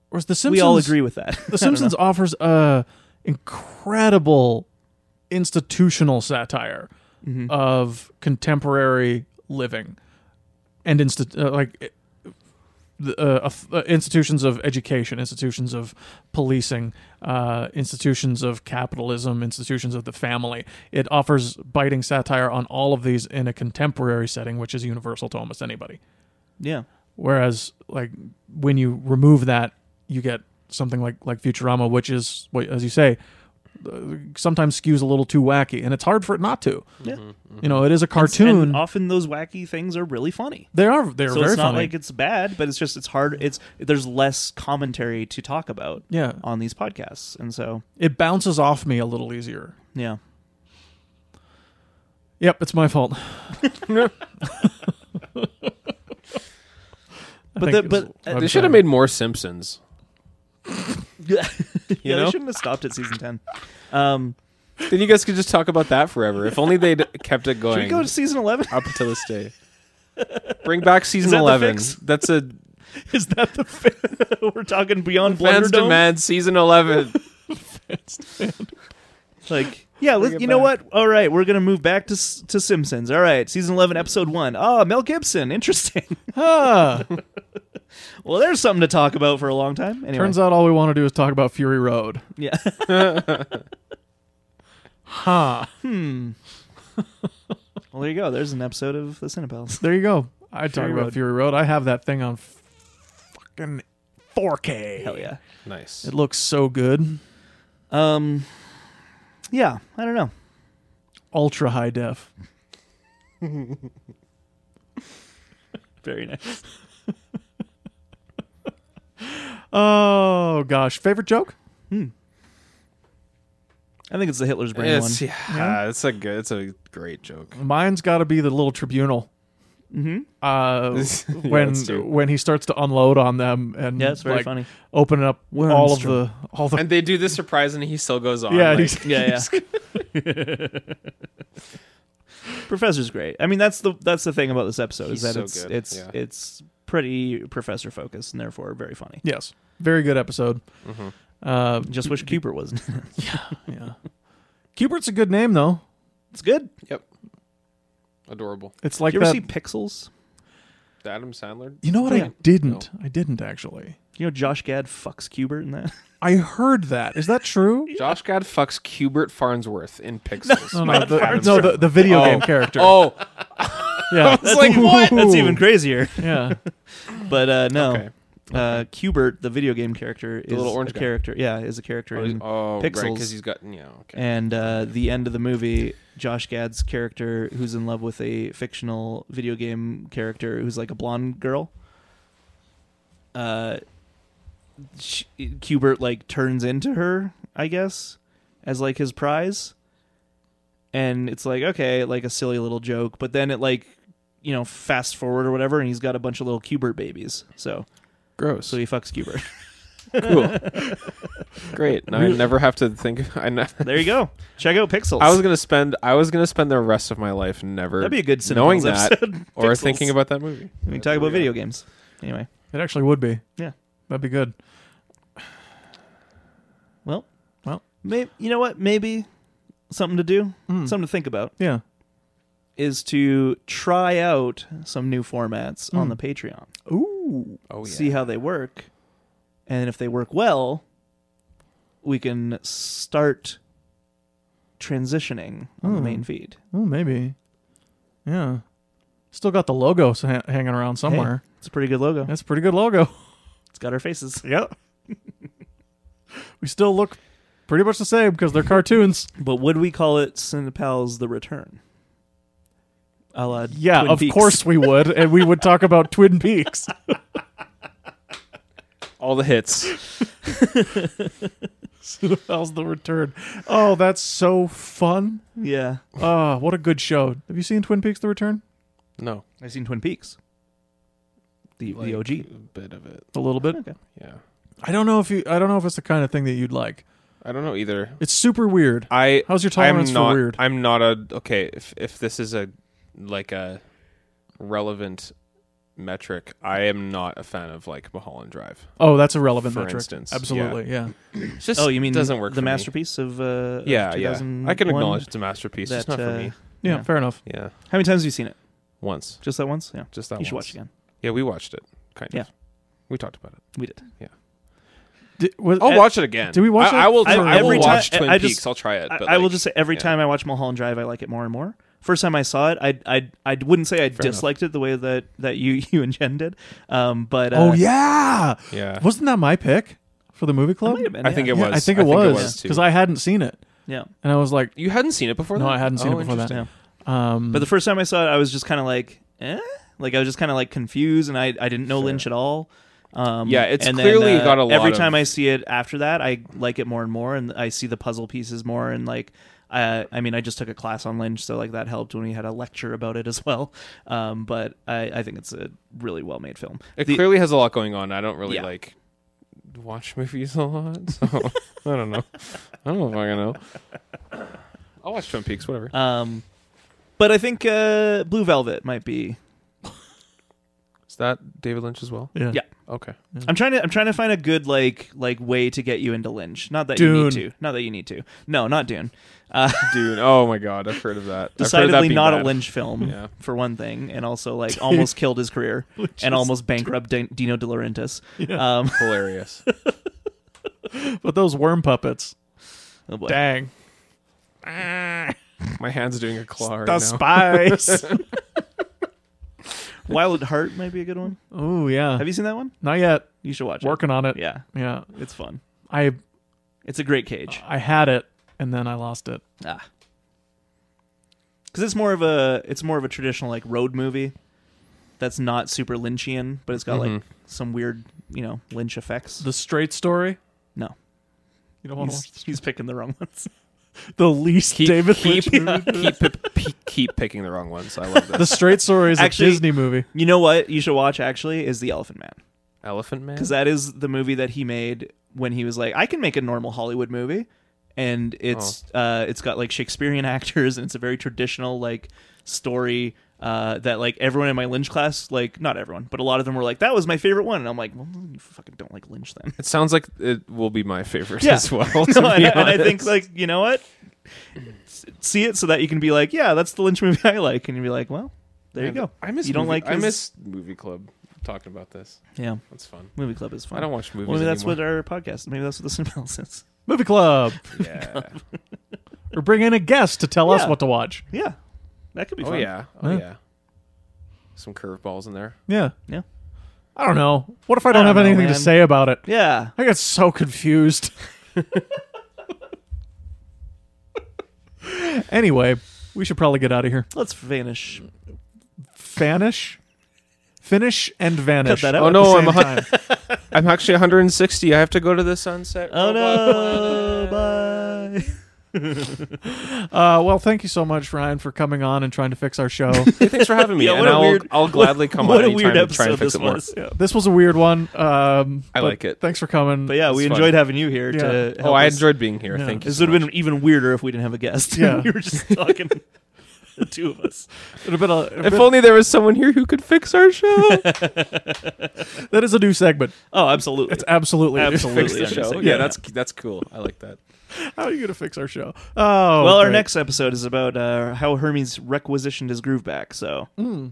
whereas the Simpsons,
we all agree with that
The Simpsons offers a incredible institutional satire of contemporary living and insti- uh, like uh, the, uh, of- uh, institutions of education, institutions of policing, uh, institutions of capitalism, institutions of the family. It offers biting satire on all of these in a contemporary setting, which is universal to almost anybody.
yeah
Whereas, like when you remove that, you get something like like Futurama, which is, what- as you say, uh, sometimes skews a little too wacky, and it's hard for it not to.
yeah
You know, it is a cartoon.
and often those wacky things are really funny
they are they are
so
very
it's not
funny.
like it's bad but it's just it's hard it's there's less commentary to talk about
yeah,
on these podcasts and so
it bounces off me a little easier.
yeah
Yep, it's my fault.
but the, but uh,
They should have made more Simpsons.
yeah,
know?
they shouldn't have stopped at season 10 um
then you guys could just talk about that forever. If only they'd kept it
should
going
we go to season 11
up until this day. Bring back season
that the
eleven.
fix?
That's a
Is that the fa- we're talking beyond
fans
Blunderdome?
demand season eleven.
Like, yeah, let,
it
you know
back.
what? All right, we're gonna move back to S- to Ah, Simpsons. All right, season eleven, episode one. Oh, Mel Gibson, interesting.
Ah.
Well, there's something to talk about for a long time. Anyway,
Turns out all we want to do is talk about Fury Road.
yeah.
Huh.
well, there you go. There's an episode of the Cinepals.
There you go. I talk
Fury
about
Road.
Fury Road. I have that thing on f- fucking 4K.
Hell yeah.
Nice.
It looks so good.
Um, yeah. I don't know.
Ultra high def.
Very nice.
Oh gosh. Favorite joke?
I think it's the Hitler's brain
It's,
one.
yeah, it's a good. It's a great joke.
Mine's got to be the little tribunal. Mm-hmm. Uh,
Yeah,
when
that's true.
when he starts to unload on them and
Yeah, it's very
like,
funny.
opening up
Wormstrom.
all of the all the
And they do this surprise, and he still goes on.
yeah
like,
he's-
Yeah, yeah. Professor's great. I mean, that's the that's the thing about this episode
He's
is that
so
it's
good,
it's
yeah.
it's pretty professor focused and therefore very funny.
yes very good episode.
Mm-hmm.
Uh,
Just wish Cooper wasn't.
yeah, Cubert's a good name though.
it's good.
Yep. Adorable.
It's like
you ever
that.
see Pixels?
The Adam Sandler.
you know what?
e- Oh, Yeah.
I didn't. I didn't actually.
You know Josh Gad fucks Cubert in that.
I heard that. Is that true?
Josh Gad fucks Cubert Farnsworth in Pixels.
No,
My
no, the,
Adam
no, the,
Sandler.
the video
Oh.
game character.
Oh,
yeah.
It's like, what?
That's even crazier.
Yeah.
But uh, no,
Okay.
uh, Cubert, the video game character, is
little orange
a
guy.
character. Yeah, is a character
oh,
in
because
Pixels.
he's got yeah. Okay.
and uh, the end of the movie, Josh Gad's character, who's in love with a fictional video game character who's like a blonde girl, uh, she, Cubert like turns into her, I guess, as like his prize, and it's like okay, like a silly little joke, but then it like you know fast forward or whatever, and he's got a bunch of little Cubert babies, so
Gross.
so he fucks Cubert.
cool. Great. Now I never have to think. I never.
there you go. Check out Pixels.
I was gonna spend. I was gonna spend the rest of my life never.
That'd be a good Simpsons
knowing that
episode.
or
Pixels.
thinking about that movie.
We can talk about video games. Anyway,
It actually would be.
Yeah.
That'd be good.
well,
Well.
maybe you know what? Maybe something to do, something to think about
Yeah.
is to try out some new formats on the Patreon,
Ooh.
Oh yeah.
see how they work, and if they work well, we can start transitioning on the main feed.
Oh, maybe. Yeah. Still got the logo ha- hanging around
Hey,
somewhere.
it's a pretty good logo.
That's a pretty good logo.
It's got our faces,
Yep. we still look pretty much the same because they're cartoons.
but would we call it Cinepals: The Return? A la
Yeah,
Twin
of
Peaks.
course we would, and we would talk about Twin Peaks.
all the hits.
Cinepals the Return. Oh, that's so fun.
Yeah,
Ah, what a good show. Have you seen Twin Peaks the Return?
No.
I've seen Twin Peaks. The,
like,
the OG.
A bit of it.
A little bit.
Okay.
Yeah.
I don't know if you I don't know if it's the kind of thing that you'd like.
I don't know either.
It's super weird.
I
How's your
I'm
tolerance for
not-
weird?
I'm not a okay. If if this is a like a relevant metric, I am not a fan of like Mulholland Drive.
Oh, that's a relevant
For
metric.
instance,
Absolutely, yeah.
It's just
Oh, you mean
doesn't work
the
for me.
masterpiece of uh,
Yeah,
of
yeah.
2001?
I can acknowledge it's a masterpiece. It's
that,
not for
uh,
me.
yeah.
Yeah.
fair enough.
Yeah,
How many times have you seen it?
once,
Just that once? Yeah.
just that.
you should
once.
watch again.
Yeah, we watched it. Kind
Yeah.
of. We talked about it.
We did.
Did, was,
I'll
Ev-
watch it again.
Uh, Did we watch
I,
it
I will.
for-
I, I will
Every time-
watch Twin
I
Peaks.
just-
I'll try it.
I,
But
I will
like,
just say every
yeah.
time I watch Mulholland Drive, I like it more and more. First time I saw it, I I I wouldn't say I
Fair enough.
disliked it the way that, that you you and Jen did, um, but uh,
oh yeah.
Yeah.
Wasn't that my pick for the movie
it
club?
might have been,
I
yeah.
think it
Yeah,
was.
I think it was
too.
because I hadn't seen it,
yeah.
and I was like,
You hadn't seen it before.
no,
then?
I hadn't seen
Oh,
it before that.
interesting.
Um,
But the first time I saw it, I was just kind of like, eh, like I was just kind of like confused, and I I didn't know Lynch at all. Um,
Yeah, it's
and
clearly
then, uh,
got a lot
Every
of-
time I see it after that, I like it more and more, and I see the puzzle pieces more, and like. Uh, I mean, I just took a class on Lynch, so like that helped when we had a lecture about it as well. Um, but I, I think it's a really well made film.
It
The-
clearly has a lot going on. I don't really
Yeah.
like watch movies a lot, so I don't know. I don't know if I know. I'll watch Twin Peaks, whatever.
um, but I think uh, Blue Velvet might be
Is that David Lynch as well?
yeah,
yeah.
Okay.
I'm trying to I'm trying to find a good like like way to get you into Lynch. Not that you need
Dune.
to. Not that you need to. No, not Dune.
Dune. Oh my god, I've heard of that. I've heard of that
Decidedly
being
not
bad.
a Lynch film
Yeah.
for one thing, and also like almost killed his career and almost bankrupt Dan- Dino De Laurentiis. Um,
Hilarious.
But those worm puppets,
oh boy.
dang,
my hand's doing a claw right
the
now.
spice.
Wild at Heart might be a good one.
oh yeah,
Have you seen that one?
not yet.
You should watch
Working on it.
it. Yeah,
yeah.
it's fun.
I
It's a great cage.
I had it and then I lost it.
Uh.
Ah. Cuz it's more of a it's more of a traditional like road movie that's not super Lynchian, but it's got like
Mm-hmm.
some weird, you know, Lynch effects.
The straight story.
No.
You don't want to watch
He's, he's picking the wrong ones.
the least
Keep,
David
keep,
Lynch movie.
keep, pi- pi- keep picking the wrong ones. I love
The
this.
Straight Story is
Actually-
a Disney movie.
You know what you should watch actually is The Elephant Man
Elephant Man.
cuz that is the movie that he made when he was like I can make a normal Hollywood movie and it's
Oh.
uh it's got like Shakespearean actors and it's a very traditional like story uh, that like everyone in my Lynch class, like not everyone, but a lot of them were like, "That was my favorite one," and I'm like, "Well, you fucking don't like Lynch then."
It sounds like it will be my favorite
Yeah.
as well. to
No, and,
be
I- and I think
honest.
like you know what, S- see it so that you can be like, yeah, that's the Lynch movie I like, and you'd be like, well, there you
And
go.
I miss
you don't
movie-
like
I
his-
miss movie club talking about this.
yeah.
That's fun.
Movie club is fun.
I don't watch movies
Well, maybe that's
anymore.
what our podcast. Maybe that's what the Simpsons is.
Movie Club.
yeah.
Or bring in a guest to tell us
Yeah.
what to watch.
Yeah, that could be.
Oh
fun.
yeah. Oh
Yeah.
yeah. Some curveballs in there.
Yeah.
Yeah.
I don't know. What if I don't,
don't
have
know,
anything
man.
to say about it?
yeah.
I got so confused. anyway, we should probably get out of here.
Let's vanish.
Vanish, finish, and vanish.
that out.
at
Oh,
the
no,
same
I'm a hun-
time.
I'm actually 160. I have to go to the sunset.
Oh no!
Robot.
Bye.
Uh, well, thank you so much, Ryan, for coming on and trying to fix our show.
Hey, thanks for having me.
Yeah,
and
what a
I'll,
weird-
I'll gladly come
what
on
a weird
anytime to try
episode
and fix
this
it more.
was. Yeah.
this was a weird one. Um,
I
but
like it.
Thanks for coming.
But yeah, we
It's fun.
enjoyed having you here.
Yeah.
To
Oh,
help
I
us.
enjoyed being here.
Yeah.
Thank you.
This
So
would have
much.
been even weirder if we didn't have a guest.
Yeah.
we were just talking. the two of us.
It'd have been a- it'd have
If
been-
only there was someone here who could fix our show.
that is a new segment.
Oh, absolutely.
It's absolutely
Absolutely.
fix the show.
Yeah.
Yeah, that's that's cool. I like that.
How are you going to fix our show? Oh,
well, our
great.
next episode is about uh, how Hermes requisitioned his groove back. So
Hmm.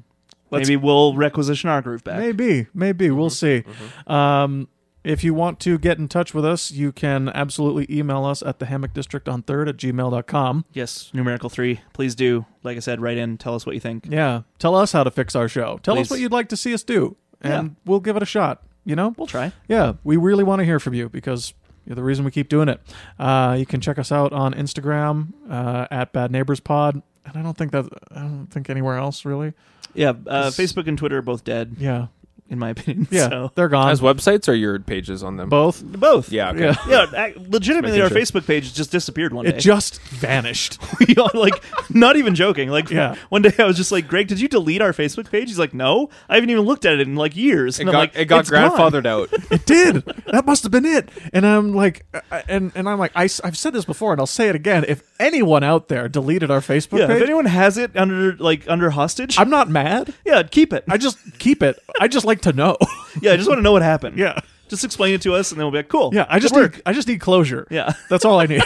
Let's-
maybe we'll requisition our groove back. Mm-hmm,
Maybe, maybe we'll see. Um, if you want to get in touch with us, you can absolutely email us at the hammock district on third at gmail.com.
Yes, numerical three. Please do. Like I said, write in. Tell us what you think.
Yeah, tell us how to fix our show. Tell us
Please.
what you'd like to see us do, and
Yeah.
we'll give it a shot. You know,
We'll try.
yeah, we really want to hear from you because you're the reason we keep doing it. Uh, you can check us out on Instagram uh, at Bad Neighbors Pod, and I don't think that I don't think anywhere else really.
Yeah, uh,
This-
Facebook and Twitter are both dead,
Yeah,
in my opinion.
yeah,
So.
they're gone.
As websites or your pages on them?
Both.
Both.
Yeah. Okay.
Yeah.
Yeah, ac- legitimately,
Making
our
sure.
Facebook page just disappeared one
It
day.
just vanished.
We all, like, not even joking. Like,
Yeah.
one day I was just like, "Greg, did you delete our Facebook page?" He's like, "No, I haven't even looked at it in like years."
It
And I'm
got
like,
it got
"It's gone."
grandfathered out.
It did. That must have been it. And I'm like, I- and and I'm like, I, have said this before, and I'll say it again. If anyone out there deleted our Facebook
Yeah,
page,
if anyone has it under like under hostage,
I'm not mad.
yeah, keep it.
I just keep it. I just like to know.
yeah, I just want to know what happened.
Yeah.
just explain it to us, and then we'll be like, "Cool."
Yeah, I
good
just
work.
need, I just need closure.
Yeah. Um,
that's all I need.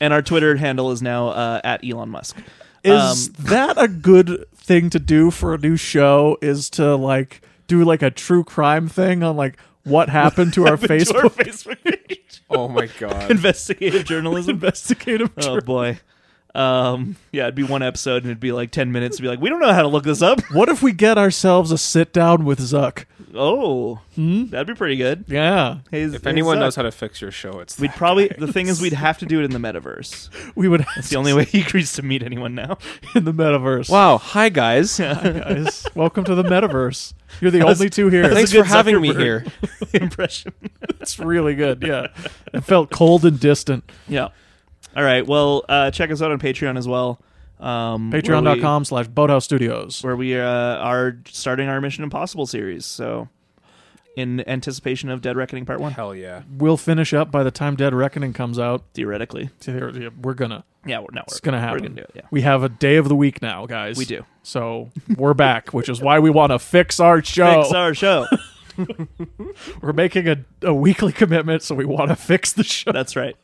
And our Twitter handle is now uh, at Elon Musk.
Is
Um,
that a good thing to do for a new show? Is to like do like a true crime thing on like what happened to our
To our
Facebook
Facebook page.
Oh my god.
Investigative journalism.
investigative.
oh boy. Um, yeah, it'd be one episode, and it'd be like ten minutes. And be like, we don't know how to look this up.
What if we get ourselves a sit down with Zuck?
Oh, that'd be pretty good.
Yeah,
Hey,
If anyone knows how to fix your show, it's
we'd probably the thing is we'd have to do it in the metaverse.
we would.
It's the only way he agrees to meet anyone now.
in the metaverse.
wow. Hi guys.
guys. Welcome to the metaverse. You're the
That's-
only two here.
that's-
Thanks
a good
for having me
Zuckerberg.
here.
Impression.
It's really good. Yeah. It felt cold and distant.
Yeah. All right. Well, uh, check us out on Patreon as well. Um, where we-
Patreon.com slash Boathouse Studios.
where we uh, are starting our Mission Impossible series. So in anticipation of Dead Reckoning Part One.
Hell yeah.
We'll finish up by the time Dead Reckoning comes out.
Theoretically,
See, there- yeah, We're gonna.
yeah, we're, no,
It's
we're,
gonna
We're
happen.
gonna do it. Yeah,
We have a day of the week now, guys.
we do.
So we're back, which is why we want to fix our show.
Fix our show.
we're making a, a weekly commitment, so we want to fix the show.
That's right.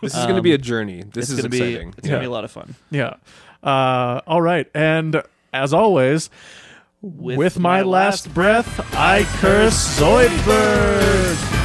This is going to
Um,
be a journey. This
it's
is
gonna be
exciting.
it's gonna be a lot of fun.
Yeah. Uh, all right. And as always, with, my, last breath, I curse Zoidberg.